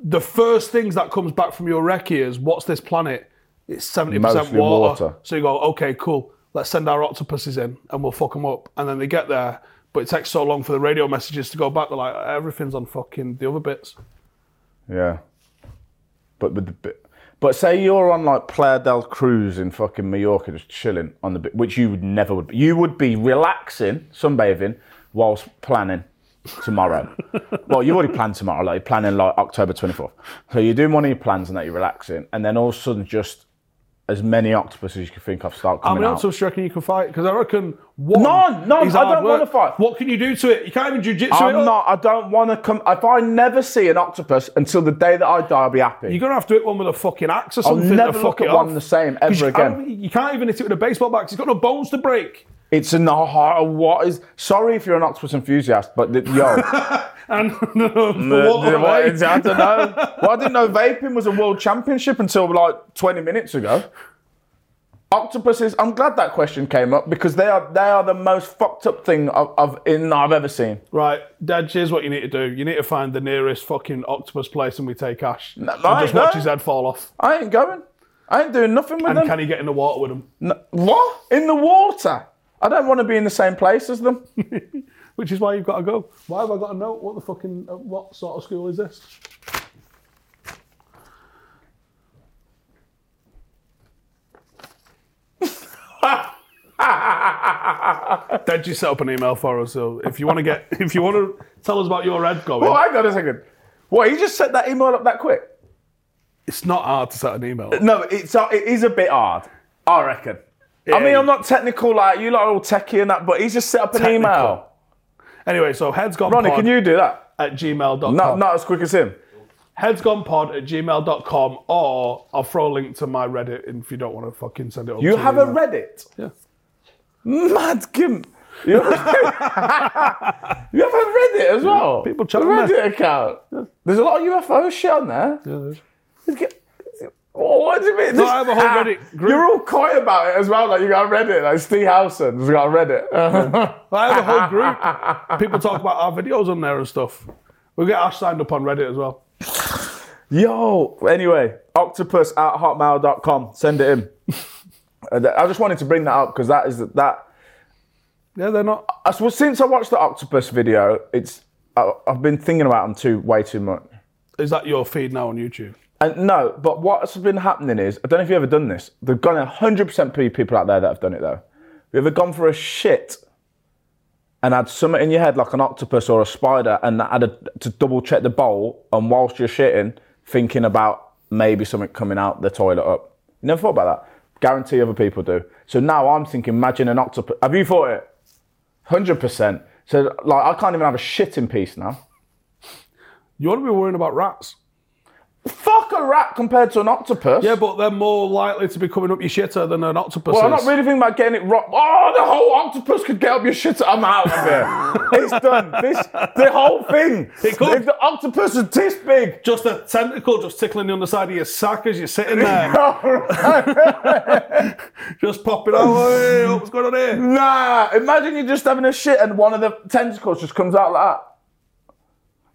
Speaker 1: the first things that comes back from your recce is what's this planet? It's seventy percent
Speaker 2: Mostly
Speaker 1: water.
Speaker 2: water.
Speaker 1: So you go, okay, cool. Let's send our octopuses in and we'll fuck them up. And then they get there, but it takes so long for the radio messages to go back. They're like, everything's on fucking the other bits.
Speaker 2: Yeah. But with the bit, but say you're on like Playa del Cruz in fucking Mallorca, just chilling on the bit, which you would never would. Be. You would be relaxing, sunbathing, whilst planning
Speaker 1: (laughs)
Speaker 2: tomorrow. well, you already planned tomorrow. Like you're planning like October 24th. So you're doing one of your plans and that you're relaxing, and then all of a sudden, just as many octopuses as you can think of start
Speaker 1: How
Speaker 2: coming
Speaker 1: many
Speaker 2: out.
Speaker 1: octopus do you reckon you can fight? Because I reckon one.
Speaker 2: None, none,
Speaker 1: is
Speaker 2: I
Speaker 1: hard
Speaker 2: don't
Speaker 1: work.
Speaker 2: wanna fight.
Speaker 1: What can you do to it? You can't even jujitsu it.
Speaker 2: I'm
Speaker 1: up.
Speaker 2: not. I don't want to come. If I never see an octopus until the day that I die, I'll be happy.
Speaker 1: You're gonna have to hit one with a fucking axe or something.
Speaker 2: never
Speaker 1: to
Speaker 2: look
Speaker 1: fuck
Speaker 2: at
Speaker 1: it
Speaker 2: one
Speaker 1: off.
Speaker 2: the same
Speaker 1: 'Cause
Speaker 2: ever
Speaker 1: you can't-
Speaker 2: again.
Speaker 1: You can't even hit it with a baseball bat. it It's got no bones to break. (laughs)
Speaker 2: It's in the heart of what is. Sorry if you're an octopus enthusiast, but the,
Speaker 1: (laughs)
Speaker 2: yo,
Speaker 1: And the,
Speaker 2: the-
Speaker 1: water
Speaker 2: the-
Speaker 1: away.
Speaker 2: I don't know. Well, I didn't know vaping was a world championship until like 20 minutes ago. Octopuses. I'm glad that question came up because they are they are the most fucked up thing I've, I've in I've ever seen.
Speaker 1: Right, Dad. Here's what you need to do. You need to find the nearest fucking octopus place, and we take Ash. and
Speaker 2: no,
Speaker 1: just
Speaker 2: no.
Speaker 1: watch his head fall off.
Speaker 2: I ain't going. I ain't doing nothing with
Speaker 1: And
Speaker 2: them.
Speaker 1: can he get in the water with him?
Speaker 2: N- what in the water? I don't want to be in the same place
Speaker 1: (laughs)
Speaker 2: as them.
Speaker 1: Which is why you've got to go. Why have I got a note? What the fucking uh, what sort of school is this? (laughs) Dad just set up an email for us. So if you want to get, (laughs) if you want to tell us about your red going,
Speaker 2: Oh, hang on a second. What, he just set that email up that quick?
Speaker 1: it's not hard to set an email.
Speaker 2: No, it's uh, it is a bit hard, I reckon. I mean, I'm not technical like you lot are all techie and that, but he's just set up an
Speaker 1: Technical.
Speaker 2: email.
Speaker 1: Anyway, so heads gone
Speaker 2: Ronnie,
Speaker 1: pod
Speaker 2: can you do that?
Speaker 1: at gmail.com.
Speaker 2: Not, not as quick as him.
Speaker 1: Heads gone pod at gmail.com or I'll throw a link to my Reddit if you don't want to fucking send it over.
Speaker 2: You
Speaker 1: to
Speaker 2: have
Speaker 1: me
Speaker 2: a
Speaker 1: now.
Speaker 2: Reddit?
Speaker 1: Yeah.
Speaker 2: Mad Gimp. You have, you have a (laughs) Reddit as well.
Speaker 1: People chat
Speaker 2: A
Speaker 1: on there.
Speaker 2: Reddit account. There's a lot of UFO shit on there.
Speaker 1: Yeah, there is.
Speaker 2: Oh, what do you mean?
Speaker 1: I have a whole Reddit group.
Speaker 2: You're all coy about it as well. Like you got Reddit. Like Steve Howson's got (laughs) Reddit.
Speaker 1: I have a whole (laughs) group. People talk about our videos on there and stuff. We get Ash signed up on Reddit as well.
Speaker 2: Yo, anyway, octopus at hotmail.com. Send it in. Uh, th- I just wanted to bring that up because that is that.
Speaker 1: Yeah, they're not.
Speaker 2: I suppose since I watched the octopus video, it's I, I've been thinking about them too way too much.
Speaker 1: Is that your feed now on YouTube?
Speaker 2: And no, but what's been happening is I don't know if you've ever done this. There've gone 100% be people out there that have done it though. Have you ever gone for a shit and had something in your head like an octopus or a spider and that had a, to double check the bowl and whilst you're shitting, thinking about maybe something coming out the toilet up? You never thought about that? Guarantee other people do. So now I'm thinking, imagine an octopus. Have you thought it? 100%. So like I can't even have a shit in peace now.
Speaker 1: You want to be worrying about rats.
Speaker 2: Fuck a rat compared to an octopus.
Speaker 1: Yeah, but they're more likely to be coming up your shitter than an octopus.
Speaker 2: Well, I'm
Speaker 1: is.
Speaker 2: not really thinking about getting it wrong. Oh, the whole octopus could get up your shit. I'm out
Speaker 1: (laughs)
Speaker 2: of here. it's done. This, the whole thing.
Speaker 1: It could.
Speaker 2: If the octopus is this big. (laughs)
Speaker 1: Just a tentacle just tickling the underside of your sack as you're sitting (laughs) there. just popping out. Hey, what's going on here?
Speaker 2: nah, imagine you're just having a shit and one of the tentacles just comes out like that.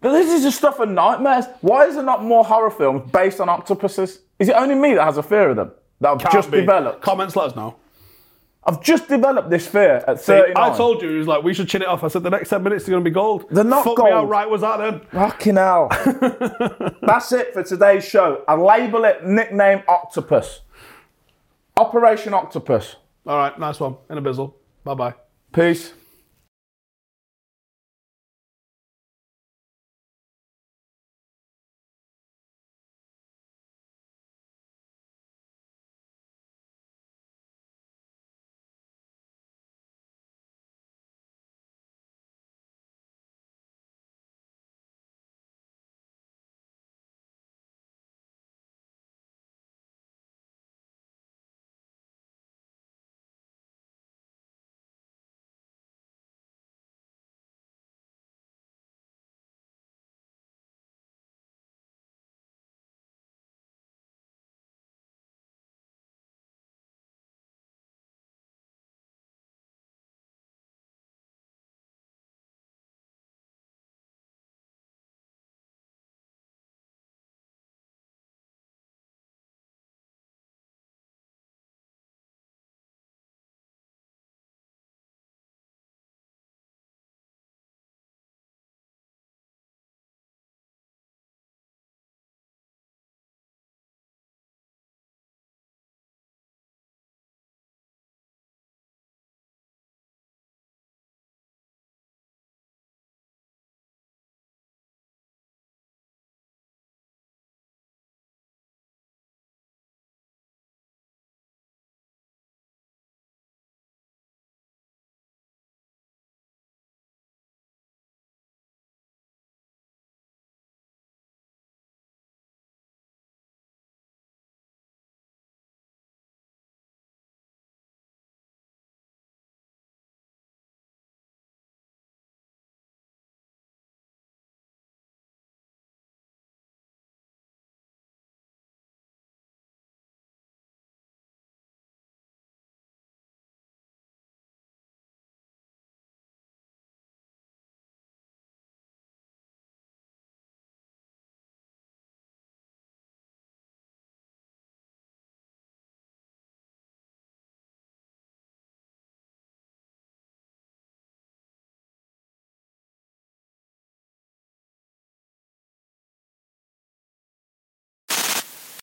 Speaker 2: But this is just stuff of nightmares. Why is there not more horror films based on octopuses? Is it only me that has a fear of them? That I've
Speaker 1: Can't
Speaker 2: just
Speaker 1: be.
Speaker 2: developed.
Speaker 1: Comments, let us know.
Speaker 2: I've just developed this fear at
Speaker 1: See,
Speaker 2: 39.
Speaker 1: I told you, he was like, we should chin it off. I said, the next 10 minutes are going to be gold.
Speaker 2: They're not
Speaker 1: Fuck Me,
Speaker 2: gold.
Speaker 1: how right was that then?
Speaker 2: Fucking hell. That's it for today's show. I label it nickname Octopus. Operation Octopus.
Speaker 1: All right, nice one. In a bizzle. Bye bye.
Speaker 2: Peace.